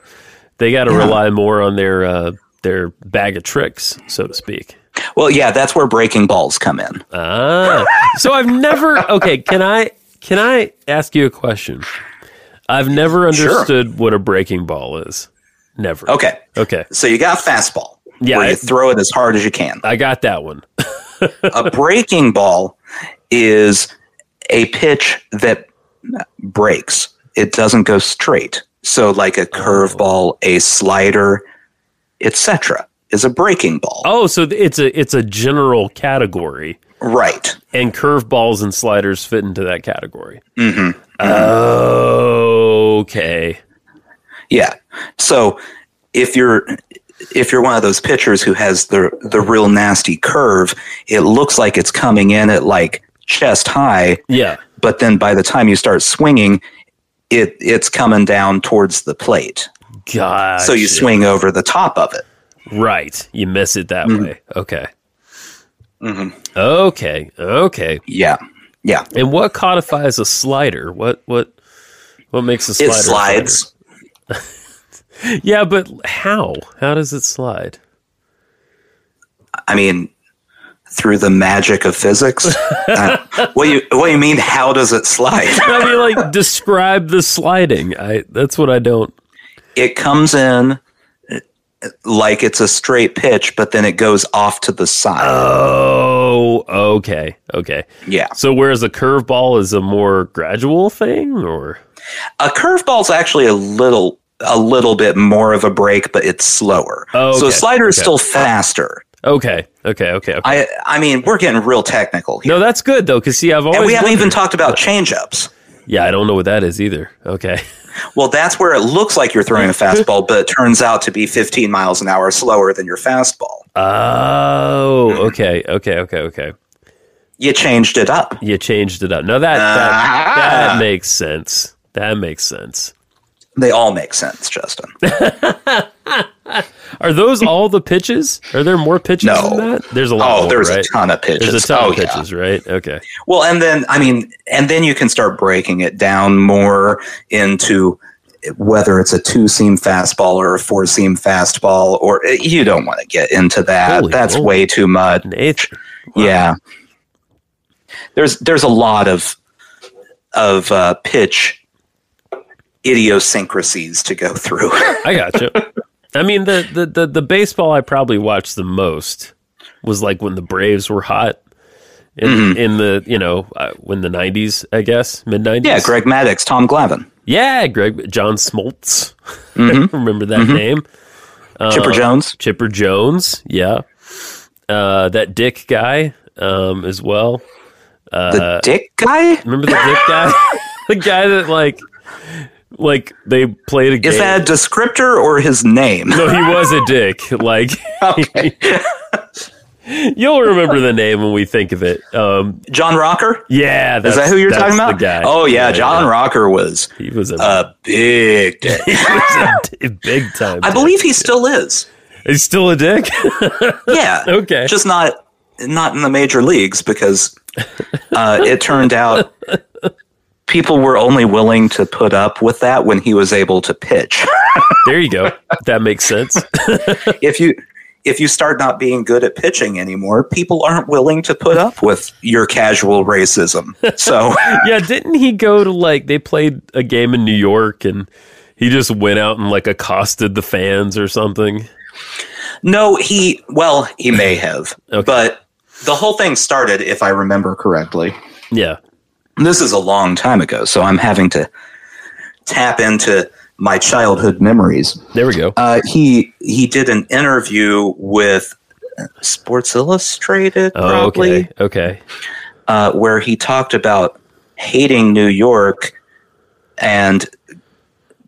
Speaker 1: They got to rely more on their uh, their bag of tricks, so to speak.
Speaker 2: Well, yeah, that's where breaking balls come in.
Speaker 1: Ah, so I've never. Okay, can I can I ask you a question? I've never
Speaker 2: Sure.
Speaker 1: understood what a breaking ball is. Never.
Speaker 2: Okay.
Speaker 1: Okay.
Speaker 2: So you got a fastball.
Speaker 1: Yeah,
Speaker 2: Where
Speaker 1: I-
Speaker 2: you throw it as hard as you can.
Speaker 1: I got that one.
Speaker 2: a breaking ball is a pitch that breaks. It doesn't go straight. So like a curveball, a slider, etc. is a breaking ball.
Speaker 1: Oh, so th- it's a it's a general category,
Speaker 2: Right.
Speaker 1: and curveballs and sliders fit into that category. Mm-hmm. Okay.
Speaker 2: Yeah. So if you're if you're one of those pitchers who has the the real nasty curve, it looks like it's coming in at like chest high,
Speaker 1: Yeah.
Speaker 2: but then by the time you start swinging, it it's coming down towards the plate.
Speaker 1: God.
Speaker 2: so you swing over the top of it.
Speaker 1: Right. You miss it that
Speaker 2: Mm-hmm.
Speaker 1: way. Okay. Okay. Okay.
Speaker 2: Yeah. Yeah.
Speaker 1: And what codifies a slider? What what what makes a
Speaker 2: It
Speaker 1: slider? a slider?
Speaker 2: slides.
Speaker 1: Yeah, but how? How does it slide?
Speaker 2: I mean, through the magic of physics. Uh, what you what you mean? How does it slide?
Speaker 1: I mean, like describe the sliding. I that's what I don't.
Speaker 2: it comes in uh, like it's a straight pitch, but then it goes off to the side.
Speaker 1: Uh. Oh, okay, okay.
Speaker 2: yeah.
Speaker 1: So whereas a curveball is a more gradual thing, or
Speaker 2: A curveball's actually a little a little bit more of a break, but it's slower.
Speaker 1: Oh,
Speaker 2: So a
Speaker 1: okay,
Speaker 2: slider is
Speaker 1: okay.
Speaker 2: still faster.
Speaker 1: okay, okay, okay. okay.
Speaker 2: I I mean, we're getting real technical here.
Speaker 1: No, that's good though, because see, I've always
Speaker 2: and we haven't even
Speaker 1: wondered-
Speaker 2: talked about changeups.
Speaker 1: Yeah, I don't know what that is either. Okay,
Speaker 2: Well, that's where it looks like you're throwing a fastball, but it turns out to be 15 miles an hour slower than your fastball.
Speaker 1: oh,
Speaker 2: Mm-hmm.
Speaker 1: okay, okay, okay, okay.
Speaker 2: You changed it up.
Speaker 1: You changed it up. Now that that, that makes sense. That makes sense.
Speaker 2: They all make sense, Justin.
Speaker 1: Are those all the pitches? Are there more pitches
Speaker 2: No.
Speaker 1: than that? There's a lot.
Speaker 2: Oh,
Speaker 1: more,
Speaker 2: there's
Speaker 1: right?
Speaker 2: a ton of pitches.
Speaker 1: There's a ton
Speaker 2: oh,
Speaker 1: of pitches, right? Okay.
Speaker 2: Yeah. Well, and then I mean, and then you can start breaking it down more into whether it's a two seam fastball or a four seam fastball, or eh, you don't want to get into that.
Speaker 1: Holy
Speaker 2: That's
Speaker 1: Lord.
Speaker 2: way too much.
Speaker 1: Nathan.
Speaker 2: Yeah. There's there's a lot of of uh, pitch idiosyncrasies to go through.
Speaker 1: I gotcha. I mean, the, the, the, the baseball I probably watched the most was like when the Braves were hot in,
Speaker 2: Mm-hmm.
Speaker 1: in the, you know, uh, when the 90s, I guess, mid 90s.
Speaker 2: yeah, Greg Maddox, Tom Glavin,
Speaker 1: Yeah, Greg, John Smoltz.
Speaker 2: Mm-hmm.
Speaker 1: Remember that name? Uh,
Speaker 2: Chipper Jones.
Speaker 1: Chipper Jones. Yeah. Uh, that Dick guy um, as well.
Speaker 2: the
Speaker 1: uh,
Speaker 2: dick guy?
Speaker 1: Remember the Dick guy? the guy that, like, like they played a game.
Speaker 2: Is that a descriptor or his name?
Speaker 1: No, he was a dick. Like, you'll remember the name when we think of it. Um,
Speaker 2: John Rocker?
Speaker 1: yeah, that's,
Speaker 2: Is that who you're
Speaker 1: that's
Speaker 2: talking
Speaker 1: the
Speaker 2: about?
Speaker 1: guy.
Speaker 2: Oh yeah, John Uh, Rocker was
Speaker 1: He was a,
Speaker 2: a big dick.
Speaker 1: he was a d- big time.
Speaker 2: I
Speaker 1: dick.
Speaker 2: believe he still is.
Speaker 1: he's still a dick.
Speaker 2: Yeah.
Speaker 1: Okay.
Speaker 2: Just not not in the major leagues because uh, it turned out people were only willing to put up with that when he was able to pitch.
Speaker 1: there you go. That makes sense.
Speaker 2: if you if you start not being good at pitching anymore, people aren't willing to put up with your casual racism. So
Speaker 1: yeah, didn't he go to like they played a game in New York and he just went out and like accosted the fans or something?
Speaker 2: No, he well, he may have.
Speaker 1: Okay.
Speaker 2: But the whole thing started, if I remember correctly.
Speaker 1: Yeah.
Speaker 2: This is a long time ago, so I'm having to tap into my childhood memories.
Speaker 1: There we go.
Speaker 2: Uh, he he did an interview with Sports Illustrated,
Speaker 1: Oh,
Speaker 2: Uh, probably,
Speaker 1: okay. Okay.
Speaker 2: uh, where he talked about hating New York and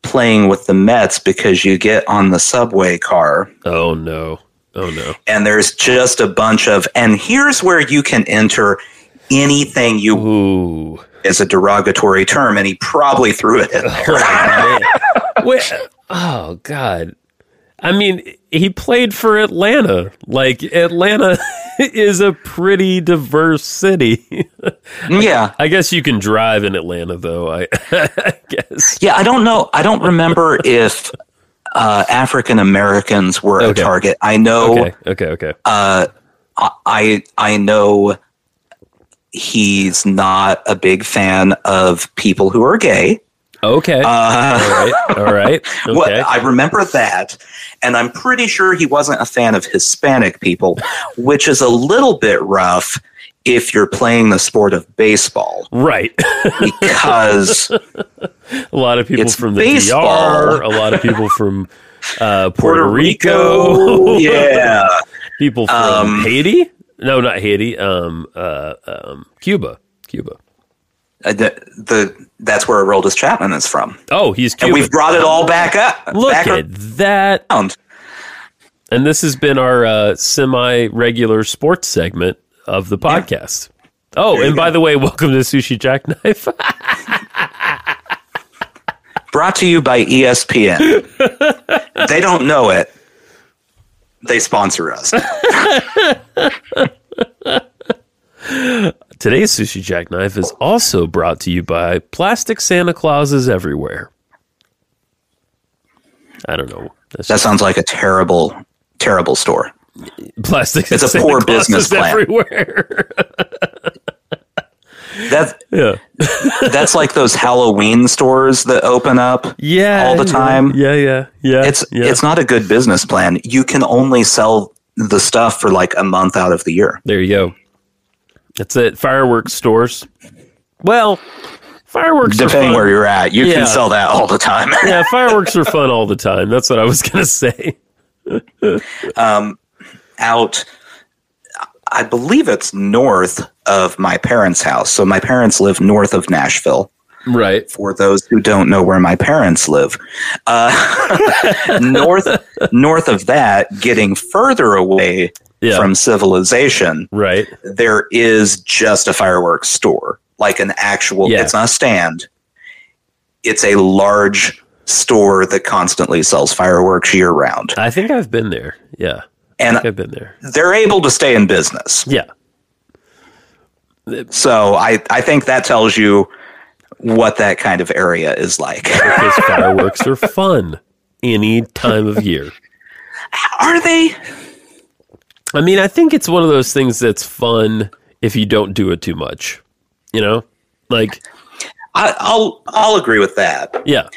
Speaker 2: playing with the Mets because you get on the subway car
Speaker 1: Oh no. Oh no.
Speaker 2: and there's just a bunch of and here's where you can enter anything you
Speaker 1: Ooh.
Speaker 2: as a derogatory term and he probably threw it in there
Speaker 1: Wait, oh God. I mean, he played for Atlanta. Like Atlanta is a pretty diverse city.
Speaker 2: yeah
Speaker 1: I guess you can drive in Atlanta, though. I, I guess.
Speaker 2: yeah i don't know i don't remember if uh, african americans were
Speaker 1: Okay.
Speaker 2: a target i know
Speaker 1: Okay. Okay. Okay.
Speaker 2: uh, i i know he's not a big fan of people who are gay
Speaker 1: okay.
Speaker 2: uh,
Speaker 1: all right. All right. Okay.
Speaker 2: Well, I remember that, and I'm pretty sure he wasn't a fan of Hispanic people, which is a little bit rough if you're playing the sport of baseball
Speaker 1: right.
Speaker 2: because
Speaker 1: a lot of people
Speaker 2: It's
Speaker 1: from the
Speaker 2: baseball.
Speaker 1: DR. A lot of people from uh, Puerto,
Speaker 2: Puerto
Speaker 1: Rico.
Speaker 2: Rico, yeah,
Speaker 1: People from
Speaker 2: Um,
Speaker 1: Haiti. No, not Haiti. Um. Uh. Um. Cuba. Cuba.
Speaker 2: Uh, the, the that's where Aroldis Chapman is from,
Speaker 1: Oh, he's
Speaker 2: and
Speaker 1: Cuban.
Speaker 2: we've brought it all back up.
Speaker 1: Look
Speaker 2: back
Speaker 1: at that.
Speaker 2: around.
Speaker 1: And this has been our uh, semi regular sports segment of the podcast. Oh, and by the way, welcome to Sushi Jackknife.
Speaker 2: Brought to you by E ESPN. they don't know it. They sponsor us.
Speaker 1: Today's Sushi Jackknife is also brought to you by Plastic Santa Clauses Everywhere. I don't know. That's
Speaker 2: That sounds like a terrible, terrible store.
Speaker 1: plastic.
Speaker 2: It's a
Speaker 1: Santa
Speaker 2: poor
Speaker 1: Clauses
Speaker 2: business plan.
Speaker 1: Everywhere.
Speaker 2: That
Speaker 1: yeah.
Speaker 2: That's like those Halloween stores that open up.
Speaker 1: Yeah.
Speaker 2: All the
Speaker 1: yeah,
Speaker 2: time.
Speaker 1: Yeah. Yeah. Yeah.
Speaker 2: It's
Speaker 1: yeah.
Speaker 2: it's not a good business plan. You can only sell the stuff for like a month out of the year.
Speaker 1: There you go. That's it. Fireworks stores. Well, fireworks are
Speaker 2: Depending
Speaker 1: fun.
Speaker 2: where you're at, you
Speaker 1: Yeah.
Speaker 2: can sell that all the time.
Speaker 1: yeah, fireworks are fun all the time. That's what I was gonna say.
Speaker 2: out I believe it's north of my parents' house. So my parents live north of Nashville.
Speaker 1: Right.
Speaker 2: For those who don't know where my parents live, uh, north north of that, getting further away
Speaker 1: Yeah.
Speaker 2: from civilization,
Speaker 1: Right.
Speaker 2: there is just a fireworks store, like an actual.
Speaker 1: Yeah.
Speaker 2: It's not a stand. It's a large store that constantly sells fireworks year round,
Speaker 1: I think I've been there. Yeah. I think
Speaker 2: and
Speaker 1: I've been there.
Speaker 2: they're able to stay in business.
Speaker 1: Yeah.
Speaker 2: So I I think that tells you what that kind of area is like.
Speaker 1: because fireworks are fun any time of year.
Speaker 2: Are they?
Speaker 1: I mean, I think it's one of those things that's fun if you don't do it too much. You know, like
Speaker 2: I, I'll I'll agree with that.
Speaker 1: yeah,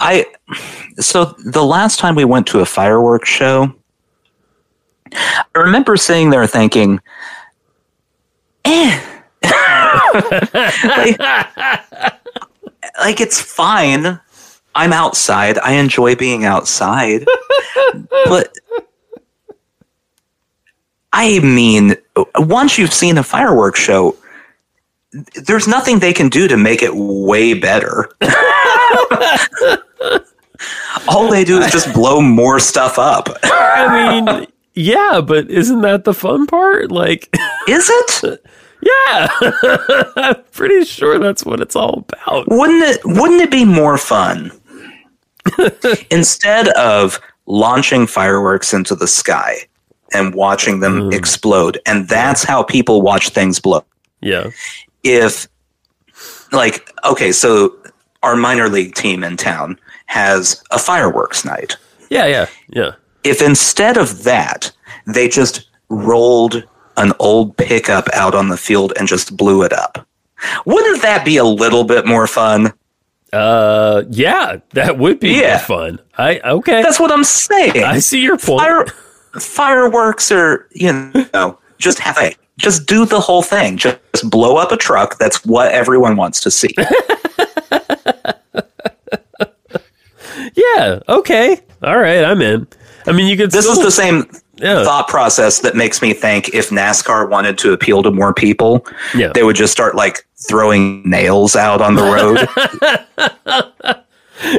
Speaker 2: I so the last time we went to a fireworks show, I remember sitting there thinking, eh. like, like, it's fine. I'm outside. I enjoy being outside. but I mean, once you've seen a fireworks show, there's nothing they can do to make it way better. All they do is just blow more stuff up.
Speaker 1: I mean, yeah, but isn't that the fun part? Like,
Speaker 2: Is it?
Speaker 1: yeah, I'm pretty sure that's what it's all about.
Speaker 2: Wouldn't it wouldn't it be more fun instead of launching fireworks into the sky and watching them explode and that's how people watch things blow.
Speaker 1: Yeah,
Speaker 2: If like okay, so our minor league team in town has a fireworks night.
Speaker 1: yeah, yeah, yeah.
Speaker 2: if instead of that they just rolled an old pickup out on the field and just blew it up wouldn't that be a little bit more fun
Speaker 1: Uh, yeah, that would be more
Speaker 2: Yeah.
Speaker 1: fun. I okay,
Speaker 2: that's what i'm saying
Speaker 1: I see your point.
Speaker 2: Fire, fireworks are you know just have a just do the whole thing just, just blow up a truck that's what everyone wants to see
Speaker 1: Yeah, okay, all right, I'm in. I mean, you could.
Speaker 2: this is
Speaker 1: still-
Speaker 2: the same
Speaker 1: Yeah.
Speaker 2: thought process that makes me think if nascar wanted to appeal to more people
Speaker 1: Yeah.
Speaker 2: they would just start like throwing nails out on the road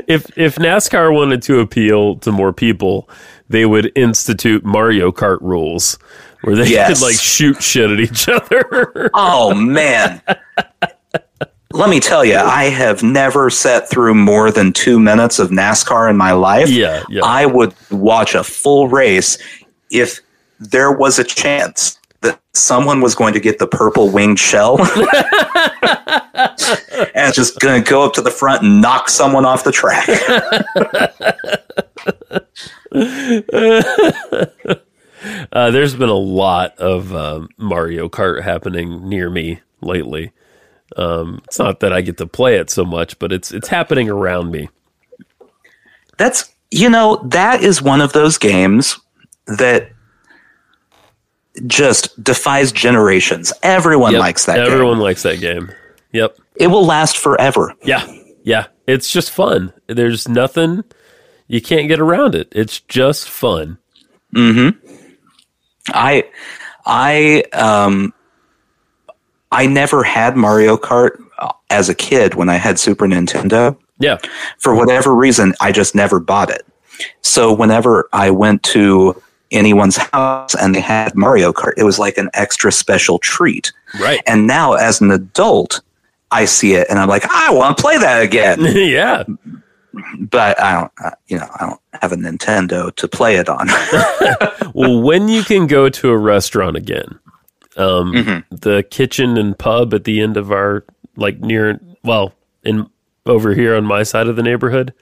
Speaker 1: if if NASCAR wanted to appeal to more people, they would institute Mario Kart rules where they
Speaker 2: Yes.
Speaker 1: could like shoot shit at each other.
Speaker 2: Oh man. Let me tell you, I have never sat through more than two minutes of NASCAR in my life.
Speaker 1: Yeah, yeah.
Speaker 2: I would watch a full race if there was a chance that someone was going to get the purple winged shell and just going to go up to the front and knock someone off the track.
Speaker 1: Uh, there's been a lot of um, Mario Kart happening near me lately. Um, it's not that I get to play it so much, but it's it's happening around me.
Speaker 2: That's you know that is one of those games that just defies generations. Everyone
Speaker 1: Yep.
Speaker 2: likes that. game.
Speaker 1: Everyone likes that game. Yep.
Speaker 2: It will last forever.
Speaker 1: Yeah. Yeah. It's just fun. There's nothing you can't get around it. It's just fun.
Speaker 2: I I um I never had Mario Kart uh, as a kid when I had Super Nintendo.
Speaker 1: Yeah.
Speaker 2: For whatever reason, I just never bought it. So whenever I went to anyone's house and they had Mario Kart, it was like an extra special treat.
Speaker 1: Right.
Speaker 2: And now, as an adult, I see it and I'm like, I want to play that again.
Speaker 1: yeah.
Speaker 2: but I don't, uh, you know, I don't have a Nintendo to play it on.
Speaker 1: well, when you can go to a restaurant again, um,
Speaker 2: Mm-hmm.
Speaker 1: the kitchen and pub at the end of our like near well in over here on my side of the neighborhood,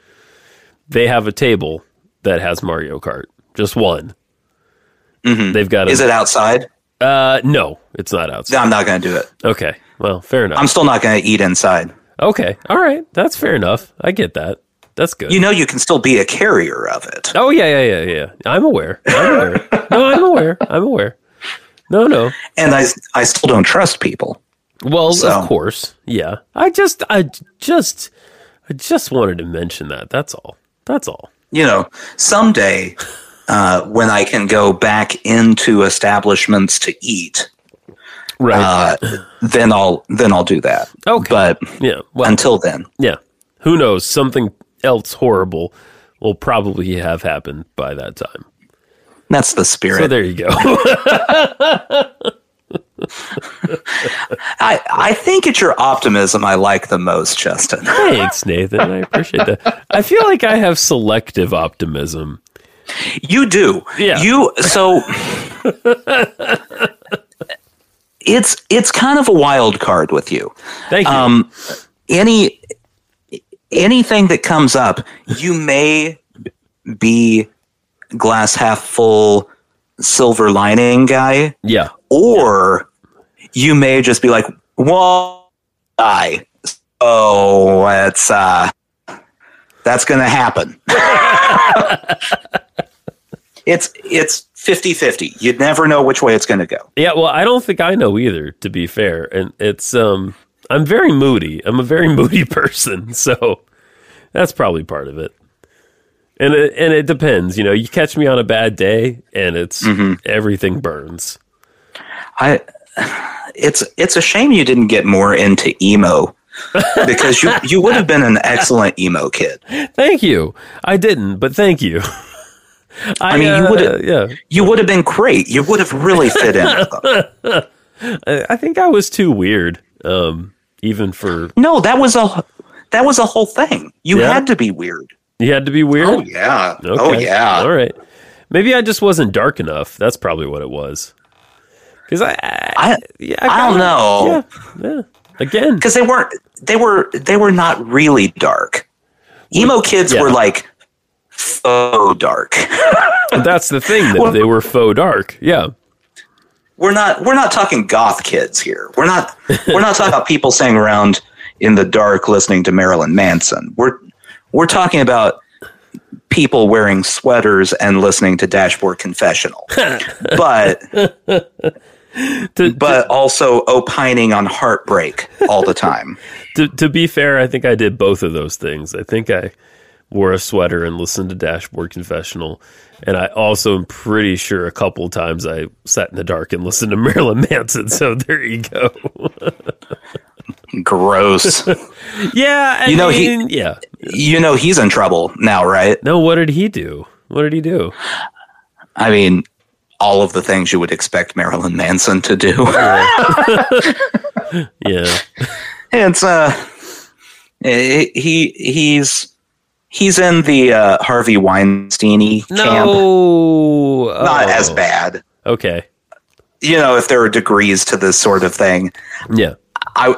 Speaker 1: they have a table that has Mario Kart, just one. They've got a,
Speaker 2: Mm-hmm. Is it outside?
Speaker 1: Uh, no, it's not
Speaker 2: No,
Speaker 1: outside.
Speaker 2: I'm not going to do it.
Speaker 1: Okay, well, fair enough.
Speaker 2: I'm still not going to eat inside.
Speaker 1: okay, all right, that's fair enough. I get that. That's good.
Speaker 2: You know, you can still be a carrier of it.
Speaker 1: oh yeah, yeah, yeah, yeah. I'm aware. I'm aware. no, I'm aware. I'm aware. No, no.
Speaker 2: And I, I still don't trust people.
Speaker 1: Well,
Speaker 2: So-
Speaker 1: of course, yeah. I just, I just, I just wanted to mention that. That's all. That's all.
Speaker 2: You know, someday uh, when I can go back into establishments to eat,
Speaker 1: Right.
Speaker 2: uh, then I'll then I'll do that.
Speaker 1: Okay.
Speaker 2: But
Speaker 1: yeah. Well.
Speaker 2: until then,
Speaker 1: yeah. Who knows? Something else horrible will probably have happened by that time.
Speaker 2: that's the spirit.
Speaker 1: So there you go.
Speaker 2: I, I think it's your optimism I like the most, Justin.
Speaker 1: Thanks, Nathan. I appreciate that. I feel like I have selective optimism.
Speaker 2: You do.
Speaker 1: Yeah.
Speaker 2: You so it's it's kind of a wild card with you.
Speaker 1: Thank you.
Speaker 2: Um, any anything that comes up, you may be glass half full, silver lining guy,
Speaker 1: yeah.
Speaker 2: or you may just be like, "Well, I oh, that's uh, that's gonna happen." it's it's 50-50. You'd never know which way it's gonna go.
Speaker 1: Yeah, well, I don't think I know either, to be fair. And it's um I'm very moody. I'm a very moody person, so that's probably part of it. And it, and it depends, you know. You catch me on a bad day, and it's
Speaker 2: Mm-hmm.
Speaker 1: everything burns.
Speaker 2: I it's it's a shame you didn't get more into emo because you you would have been an excellent emo kid.
Speaker 1: Thank you. I didn't, but thank you. I,
Speaker 2: mean, you
Speaker 1: uh,
Speaker 2: would've-
Speaker 1: yeah.
Speaker 2: You would have been great. You would have really fit in. with them.
Speaker 1: I, I think I was too weird, um, even for
Speaker 2: No, that was a that was a whole thing. You
Speaker 1: Yeah.
Speaker 2: had to be weird.
Speaker 1: you had to be weird.
Speaker 2: Oh, yeah.
Speaker 1: Okay. All right. Maybe I just wasn't dark enough. That's probably what it was. Because I, I,
Speaker 2: I
Speaker 1: yeah,
Speaker 2: I don't
Speaker 1: kinda-
Speaker 2: know.
Speaker 1: Yeah, yeah. Again,
Speaker 2: because they weren't they were they were not really dark. Emo kids
Speaker 1: yeah.
Speaker 2: were like faux dark.
Speaker 1: that's the thing that
Speaker 2: Well-
Speaker 1: they were faux dark. Yeah,
Speaker 2: we're not we're not talking goth kids here. We're not we're not talking about people sitting around in the dark listening to Marilyn Manson. We're we're talking about people wearing sweaters and listening to Dashboard Confessional. but
Speaker 1: To-
Speaker 2: but also opining on heartbreak all the time.
Speaker 1: to, to be fair, I think I did both of those things. I think I wore a sweater and listened to Dashboard Confessional, and I also am pretty sure a couple times I sat in the dark and listened to Marilyn Manson. So there you go.
Speaker 2: Gross.
Speaker 1: yeah, I
Speaker 2: You know, he-
Speaker 1: mean, yeah.
Speaker 2: you know he's in trouble now, right?
Speaker 1: No, what did he do? What did he do?
Speaker 2: I mean, all of the things you would expect Marilyn Manson to do.
Speaker 1: Yeah.
Speaker 2: it's uh he he- he's he's in the uh, Harvey Weinstein camp.
Speaker 1: No,
Speaker 2: Not
Speaker 1: Oh.
Speaker 2: as bad.
Speaker 1: Okay,
Speaker 2: You know, if there are degrees to this sort of thing.
Speaker 1: yeah,
Speaker 2: I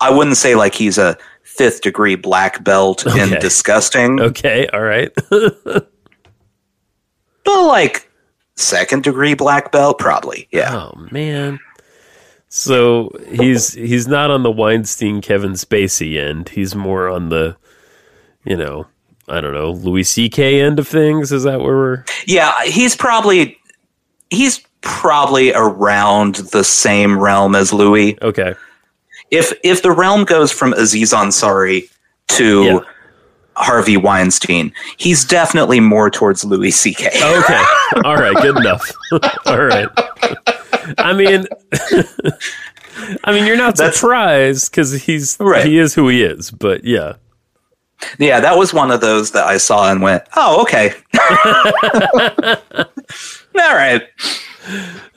Speaker 2: I wouldn't say like he's a fifth degree black belt
Speaker 1: Okay.
Speaker 2: in disgusting.
Speaker 1: okay, all right.
Speaker 2: But like second degree black belt probably. Yeah.
Speaker 1: oh man, so he's he's not on the Weinstein Kevin Spacey end. He's more on the, you know, I don't know, Louis C.K. end of things. Is that where we're?
Speaker 2: Yeah, he's probably he's probably around the same realm as Louis.
Speaker 1: Okay,
Speaker 2: if if the realm goes from Aziz Ansari to
Speaker 1: Yeah.
Speaker 2: Harvey Weinstein, he's definitely more towards Louis C.K.
Speaker 1: okay, all right, good enough. all right. I mean, I mean, you're not
Speaker 2: That's-
Speaker 1: surprised because he's
Speaker 2: Right.
Speaker 1: he is who he is. But yeah,
Speaker 2: Yeah, that was one of those that I saw and went, "Oh, okay." All right.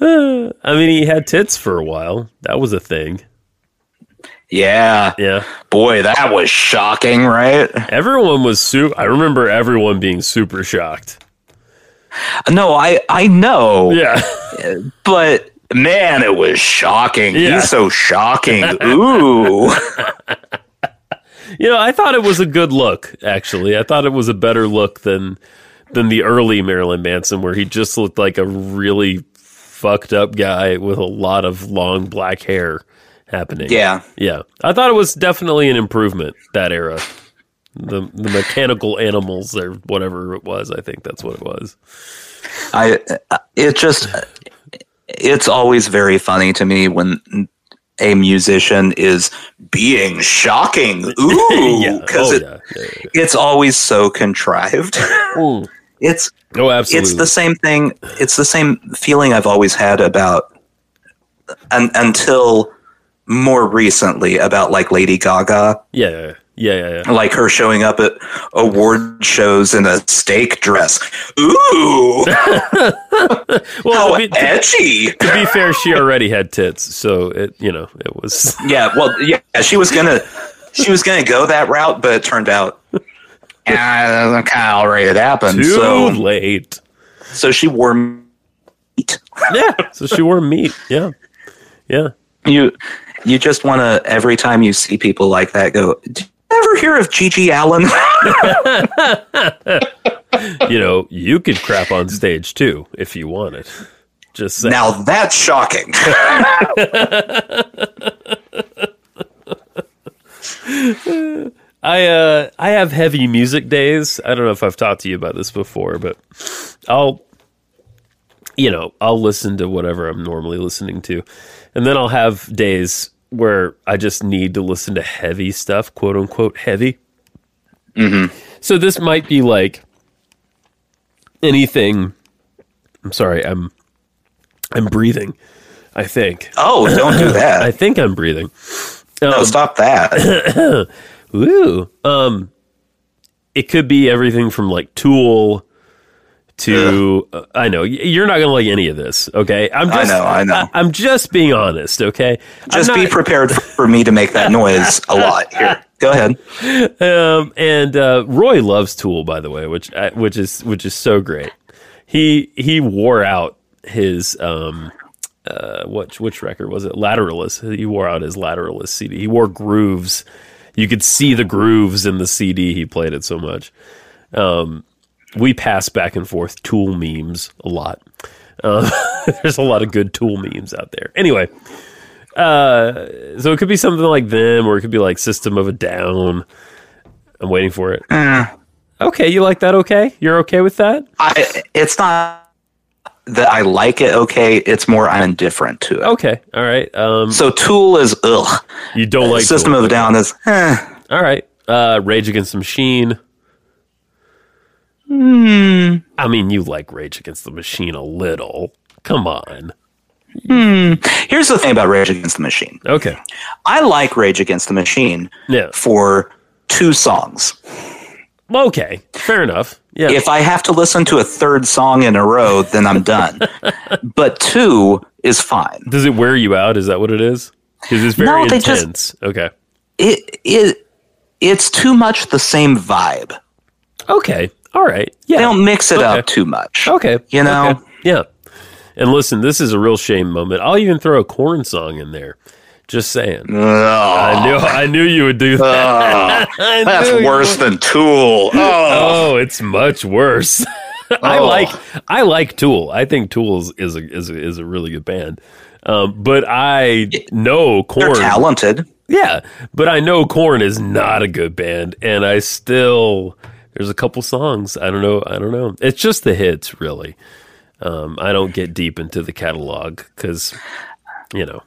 Speaker 1: I mean, he had tits for a while. That was a thing.
Speaker 2: Yeah,
Speaker 1: Yeah.
Speaker 2: boy, that was shocking, right?
Speaker 1: Everyone was super. I remember everyone being super shocked.
Speaker 2: No, I I know,
Speaker 1: Yeah.
Speaker 2: but man, it was shocking.
Speaker 1: Yeah.
Speaker 2: He's so shocking. Ooh.
Speaker 1: You know, I thought it was a good look, actually. I thought it was a better look than than the early Marilyn Manson where he just looked like a really fucked up guy with a lot of long black hair happening.
Speaker 2: yeah.
Speaker 1: Yeah. I thought it was definitely an improvement that era. The the mechanical animals or whatever it was, I think that's what it was.
Speaker 2: I uh, it just it's always very funny to me when a musician is being shocking. Ooh, because
Speaker 1: Oh,
Speaker 2: it,
Speaker 1: yeah. Yeah, yeah,
Speaker 2: it's always so contrived.
Speaker 1: yeah. Mm.
Speaker 2: it's
Speaker 1: Oh, absolutely.
Speaker 2: it's the same thing. It's the same feeling I've always had about un, until more recently about like Lady Gaga,
Speaker 1: yeah, yeah, yeah, yeah. yeah.
Speaker 2: like her showing up at award shows in a steak dress. Ooh,
Speaker 1: Well,
Speaker 2: how
Speaker 1: to be, to-
Speaker 2: edgy!
Speaker 1: to be fair, she already had tits, so it you know it was
Speaker 2: Yeah, well, yeah, she was gonna, she was gonna go that route, but it turned out, yeah, that kind of already had happened.
Speaker 1: too
Speaker 2: So,
Speaker 1: late.
Speaker 2: so she wore meat.
Speaker 1: Yeah, so she wore meat. Yeah, yeah.
Speaker 2: You you just want to every time you see people like that go. Did you ever hear of Gigi Allen?
Speaker 1: You know, you could crap on stage too if you wanted. Just saying.
Speaker 2: now that's shocking.
Speaker 1: I uh I have heavy music days. I don't know if I've talked to you about this before, but I'll you know, I'll listen to whatever I'm normally listening to. And then I'll have days where I just need to listen to heavy stuff, quote unquote heavy. Mm-hmm. So this might be like anything I'm sorry, I'm I'm breathing, I think.
Speaker 2: oh, don't do that.
Speaker 1: I think I'm breathing.
Speaker 2: no, stop that.
Speaker 1: Ooh. Um, it could be everything from like Tool to uh, I know y- you're not gonna like any of this. Okay, I'm
Speaker 2: I
Speaker 1: just
Speaker 2: know, I know.
Speaker 1: I, am just being honest. Okay,
Speaker 2: Just
Speaker 1: I'm
Speaker 2: be prepared for me to make that noise a lot. Here, go ahead.
Speaker 1: um, and uh, Roy loves Tool by the way, which I, which is which is so great. He he wore out his um. Uh, what which record was it? Lateralus. He wore out his Lateralus CD. He wore grooves. You could see the grooves in the CD. He played it so much. Um, we pass back and forth tool memes a lot. Uh, there's a lot of good tool memes out there. Anyway, uh, so it could be something like them, or it could be like System of a Down. I'm waiting for it.
Speaker 2: Ah.
Speaker 1: Okay, you like that? Okay, you're okay with that?
Speaker 2: I, it's not that I like it. Okay, it's more I'm indifferent to it.
Speaker 1: Okay, all right. Um,
Speaker 2: So Tool is ugh.
Speaker 1: you don't like
Speaker 2: System
Speaker 1: Tool.
Speaker 2: of a Down is eh.
Speaker 1: All right. Uh, Rage Against the Machine.
Speaker 2: Hmm.
Speaker 1: I mean, you like Rage Against the Machine a little. Come on.
Speaker 2: Here's the thing about Rage Against the Machine.
Speaker 1: Okay.
Speaker 2: I like Rage Against the Machine
Speaker 1: Yeah.
Speaker 2: for two songs.
Speaker 1: Okay. Fair enough. Yeah.
Speaker 2: If I have to listen to a third song in a row, then I'm done. but two is fine.
Speaker 1: Does it wear you out? Is that what it is? Because it's very
Speaker 2: No, they just-
Speaker 1: intense. okay.
Speaker 2: It it it's too much the same vibe.
Speaker 1: Okay. All right. Yeah.
Speaker 2: They don't mix it up too much.
Speaker 1: okay.
Speaker 2: You know?
Speaker 1: Okay. Yeah. And listen, this is a real shame moment. I'll even throw a corn song in there. Just saying.
Speaker 2: Ugh,
Speaker 1: I knew I knew you would do that. I knew you would.
Speaker 2: than Tool. Oh.
Speaker 1: Oh, it's much worse. I
Speaker 2: Oh.
Speaker 1: like I like Tool. I think Tool is- is a, is a, is a really good band. Um, but I know
Speaker 2: They're
Speaker 1: corn.
Speaker 2: talented.
Speaker 1: Yeah, but I know Corn is not a good band, and I still there's a couple songs I don't know. I don't know. It's just the hits, really. Um, I don't get deep into the catalog because you know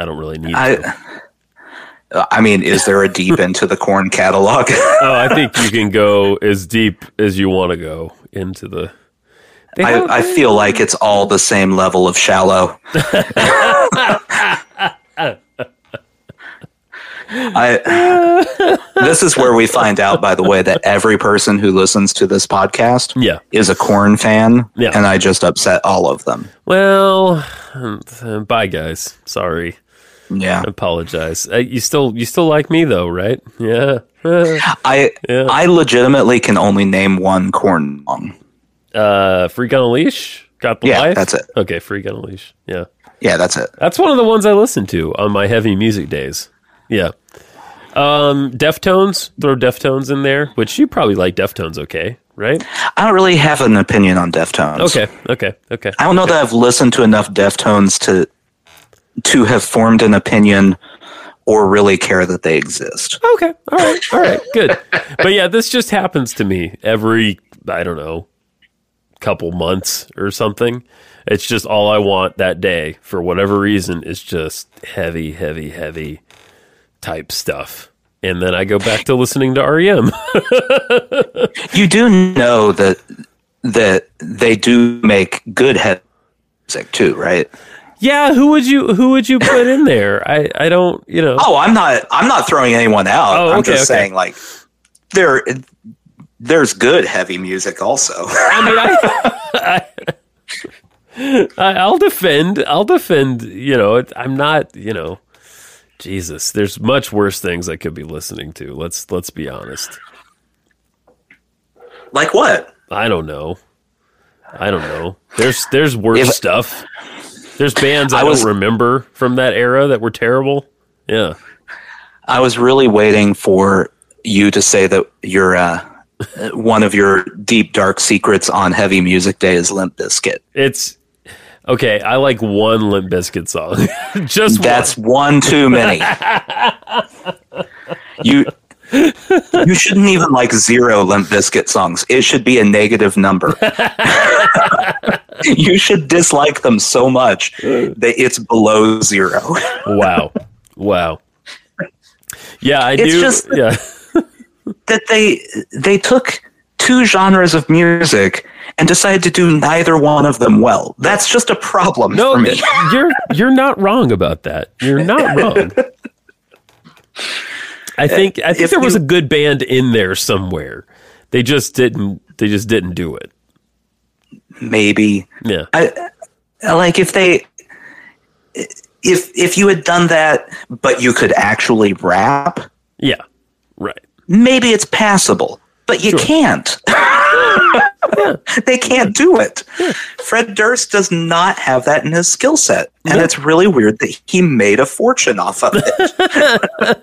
Speaker 1: I don't really need to.
Speaker 2: I I mean, is there a deep into the corn catalog?
Speaker 1: Oh, I think you can go as deep as you want to go into the. They have-
Speaker 2: I, I feel like it's all the same level of shallow. I, this is where we find out, by the way, that every person who listens to this podcast
Speaker 1: Yeah.
Speaker 2: is a corn fan,
Speaker 1: Yeah.
Speaker 2: and I just upset all of them.
Speaker 1: well, um, bye guys. Sorry,
Speaker 2: Yeah,
Speaker 1: apologize. Uh, you still you still like me though, right? Yeah.
Speaker 2: I
Speaker 1: Yeah.
Speaker 2: I legitimately can only name one corn song.
Speaker 1: uh Freak on a Leash? Got the
Speaker 2: Yeah,
Speaker 1: life?
Speaker 2: that's it.
Speaker 1: Okay, Freak on a Leash. Yeah.
Speaker 2: Yeah, that's it.
Speaker 1: That's one of the ones I listen to on my heavy music days. Yeah. Um Deftones, throw Deftones in there, which you probably like Deftones okay, right?
Speaker 2: I don't really have an opinion on Deftones.
Speaker 1: Okay, okay, okay.
Speaker 2: I don't know that I've listened to enough Deftones to to have formed an opinion or really care that they exist.
Speaker 1: Okay. All right. All right. Good. But yeah, this just happens to me every I don't know couple months or something. It's just all I want that day for whatever reason is just heavy, heavy, heavy type stuff. And then I go back to listening to E REM.
Speaker 2: You do know that that they do make good head music too, right?
Speaker 1: yeah, who would you who would you put in there? I I don't, you know.
Speaker 2: Oh, I'm not I'm not throwing anyone out.
Speaker 1: Oh,
Speaker 2: I'm
Speaker 1: okay,
Speaker 2: just
Speaker 1: okay.
Speaker 2: saying like there there's good heavy music also.
Speaker 1: I mean, I, I, I'll defend. I'll defend. You know, it- I'm not. You know, Jesus. There's much worse things I could be listening to. Let's let's be honest.
Speaker 2: like what?
Speaker 1: I don't know. I don't know. There's there's worse
Speaker 2: If-
Speaker 1: stuff. There's bands I,
Speaker 2: I was-
Speaker 1: don't remember from that era that were terrible. Yeah.
Speaker 2: I was really waiting for you to say that your uh, one of your deep dark secrets on Heavy Music Day is Limp Bizkit.
Speaker 1: It's okay. I like one Limp Bizkit song. Just
Speaker 2: That's one too many. you you shouldn't even like zero Limp Bizkit songs. It should be a negative number. you should dislike them so much that it's below zero.
Speaker 1: one. Wow. Wow. Yeah, I
Speaker 2: It's
Speaker 1: do.
Speaker 2: just-
Speaker 1: yeah.
Speaker 2: that they they took two genres of music and decided to do neither one of them well. That's just a problem
Speaker 1: No,
Speaker 2: for me.
Speaker 1: you're you're not wrong about that. You're not wrong. I think I think
Speaker 2: Uh, If
Speaker 1: there was a
Speaker 2: you-
Speaker 1: good band in there somewhere. They just didn't. They just didn't do it.
Speaker 2: Maybe
Speaker 1: Yeah.
Speaker 2: like if they if if you had done that but you could actually rap,
Speaker 1: Yeah. Right.
Speaker 2: maybe it's passable. But you can't. they can't do it. Fred Durst does not have that in his skill set. And it's really weird that he made a fortune off of it.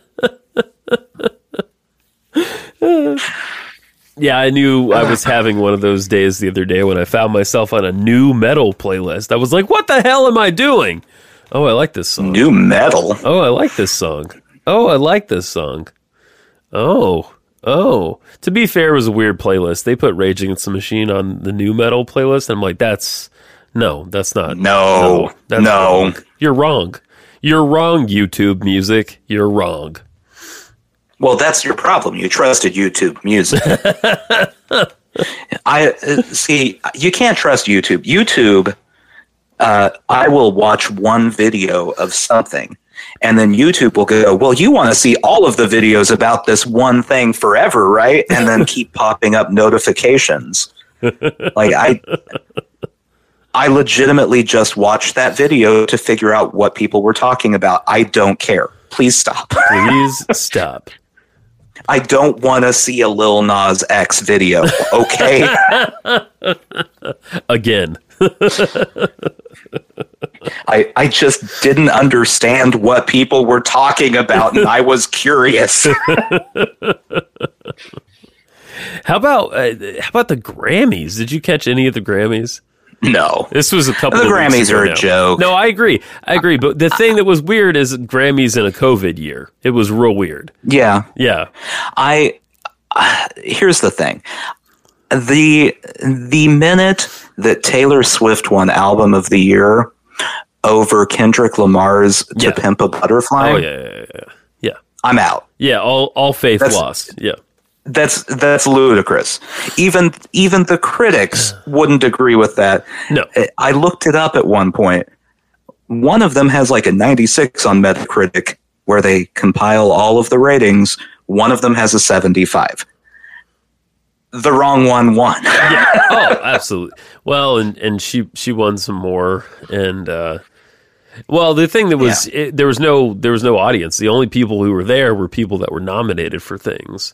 Speaker 1: Yeah, I knew I was having one of those days the other day when I found myself on a new metal playlist. I was like, "What the hell am I doing?" Oh, I like this song.
Speaker 2: New metal.
Speaker 1: Oh, I like this song. Oh, I like this song. Oh, oh. To be fair, it was a weird playlist. They put Rage Against the Machine on the new metal playlist, and I'm like, that's no, that's not.
Speaker 2: No,
Speaker 1: that's
Speaker 2: no.
Speaker 1: wrong. You're wrong. You're wrong, YouTube music. You're wrong.
Speaker 2: Well, that's your problem. You trusted YouTube music. I uh, see. You can't trust YouTube. YouTube. Uh, I will watch one video of something, and then YouTube will go, "Well, you want to see all of the videos about this one thing forever, right?" And then keep popping up notifications. Like I. I legitimately just watched that video to figure out what people were talking about. I don't care. Please stop.
Speaker 1: Please stop.
Speaker 2: I don't want to see a Lil Nas X video. Okay,
Speaker 1: Again.
Speaker 2: I, I just didn't understand what people were talking about, and I was curious.
Speaker 1: How about uh, how about the Grammys? Did you catch any of the Grammys?
Speaker 2: no,
Speaker 1: This was a couple.
Speaker 2: The
Speaker 1: of weeks
Speaker 2: Grammys
Speaker 1: ago
Speaker 2: are a
Speaker 1: now.
Speaker 2: joke.
Speaker 1: No, I agree. I agree. But the thing that was weird is Grammys in a COVID year. It was real weird.
Speaker 2: yeah,
Speaker 1: Yeah.
Speaker 2: I. Uh, here's the thing: the the minute that Taylor Swift won Album of the Year over Kendrick Lamar's "To
Speaker 1: Yeah.
Speaker 2: Pimp a Butterfly,"
Speaker 1: Oh yeah, yeah, yeah, yeah, yeah.
Speaker 2: I'm out.
Speaker 1: Yeah, all all faith
Speaker 2: That's-
Speaker 1: lost. Yeah,
Speaker 2: That's that's ludicrous. Even even the critics wouldn't agree with that.
Speaker 1: no,
Speaker 2: I looked it up at one point. One of them has like a 96 on Metacritic, where they compile all of the ratings. One of them has a 75. The wrong one won.
Speaker 1: oh, absolutely. Well, and and she she won some more, and uh, well, the thing that was it, there was no there was no audience. The only people who were there were people that were nominated for things.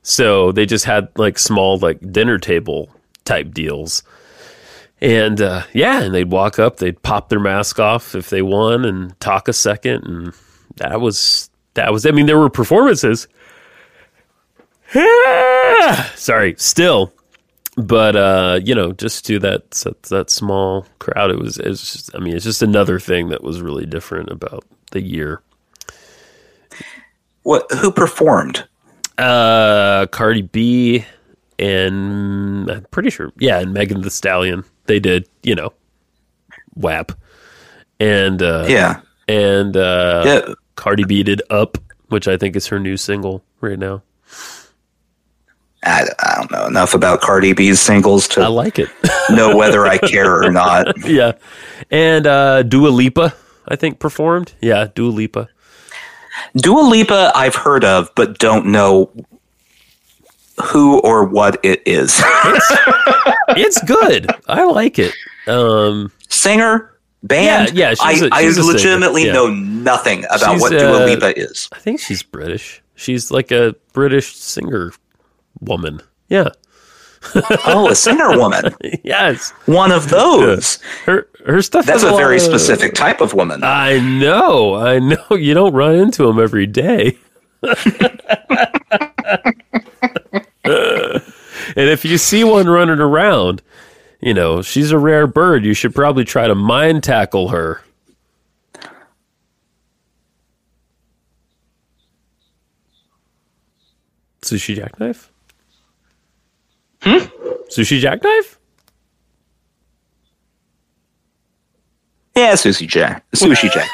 Speaker 1: So they just had like small like dinner table type deals, and uh, yeah, and they'd walk up, they'd pop their mask off if they won, and talk a second, and that was that was. I mean, there were performances. Sorry, still but uh, you know, just to that that, that small crowd, it was. It's just, I mean, it's just another thing that was really different about the year.
Speaker 2: what, who performed?
Speaker 1: Uh, Cardi B and I'm pretty sure, yeah, and Megan the Stallion. They did, you know, WAP, and uh,
Speaker 2: Yeah.
Speaker 1: and uh,
Speaker 2: yeah.
Speaker 1: Cardi B did Up, which I think is her new single right now.
Speaker 2: I, I don't know enough about Cardi B's singles
Speaker 1: I
Speaker 2: to
Speaker 1: like it.
Speaker 2: know whether I care or not.
Speaker 1: yeah, and uh, Dua Lipa, I think performed. Yeah, Dua Lipa.
Speaker 2: Dua Lipa, I've heard of, but don't know who or what it is.
Speaker 1: it's good. I like it. Um,
Speaker 2: singer, band.
Speaker 1: Yeah, yeah, she's
Speaker 2: I,
Speaker 1: a- she's a
Speaker 2: I
Speaker 1: singer,
Speaker 2: legitimately
Speaker 1: yeah.
Speaker 2: know nothing about
Speaker 1: She's,
Speaker 2: what Dua
Speaker 1: uh,
Speaker 2: Lipa is.
Speaker 1: I think she's British. She's like a British singer woman. Yeah.
Speaker 2: oh, a singer woman.
Speaker 1: yes,
Speaker 2: One of those.
Speaker 1: her her stuff.
Speaker 2: That's
Speaker 1: is
Speaker 2: a very
Speaker 1: lot of-
Speaker 2: specific type of woman.
Speaker 1: I know, I know. You don't run into them every day. and if you see one running around, you know she's a rare bird. You should probably try to mind tackle her. Sushi jackknife. Hmm. Sushi jackknife.
Speaker 2: Yeah, Susie Jack. Sushi
Speaker 1: uh,
Speaker 2: Jack.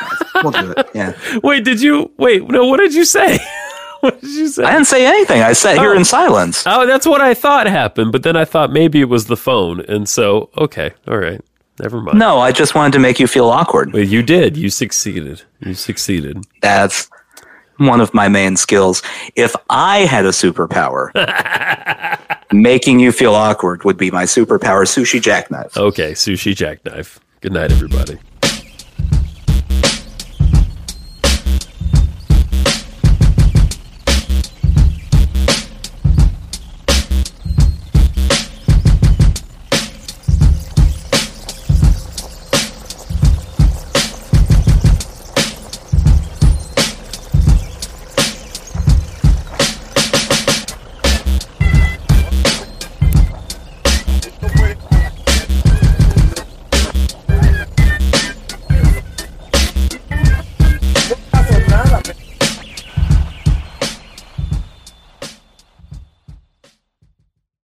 Speaker 2: we'll do it. Yeah.
Speaker 1: Wait, did you wait? No, what did you say? what did you say?
Speaker 2: I didn't say anything. I sat here
Speaker 1: Oh.
Speaker 2: in silence.
Speaker 1: oh, that's what I thought happened, but then I thought maybe it was the phone, and so okay, all right, never mind.
Speaker 2: No, I just wanted to make you feel awkward.
Speaker 1: But you did. You succeeded. You succeeded.
Speaker 2: That's one of my main skills. If I had a superpower, making you feel awkward would be my superpower, sushi jackknife.
Speaker 1: Okay, sushi jackknife. Good night, everybody.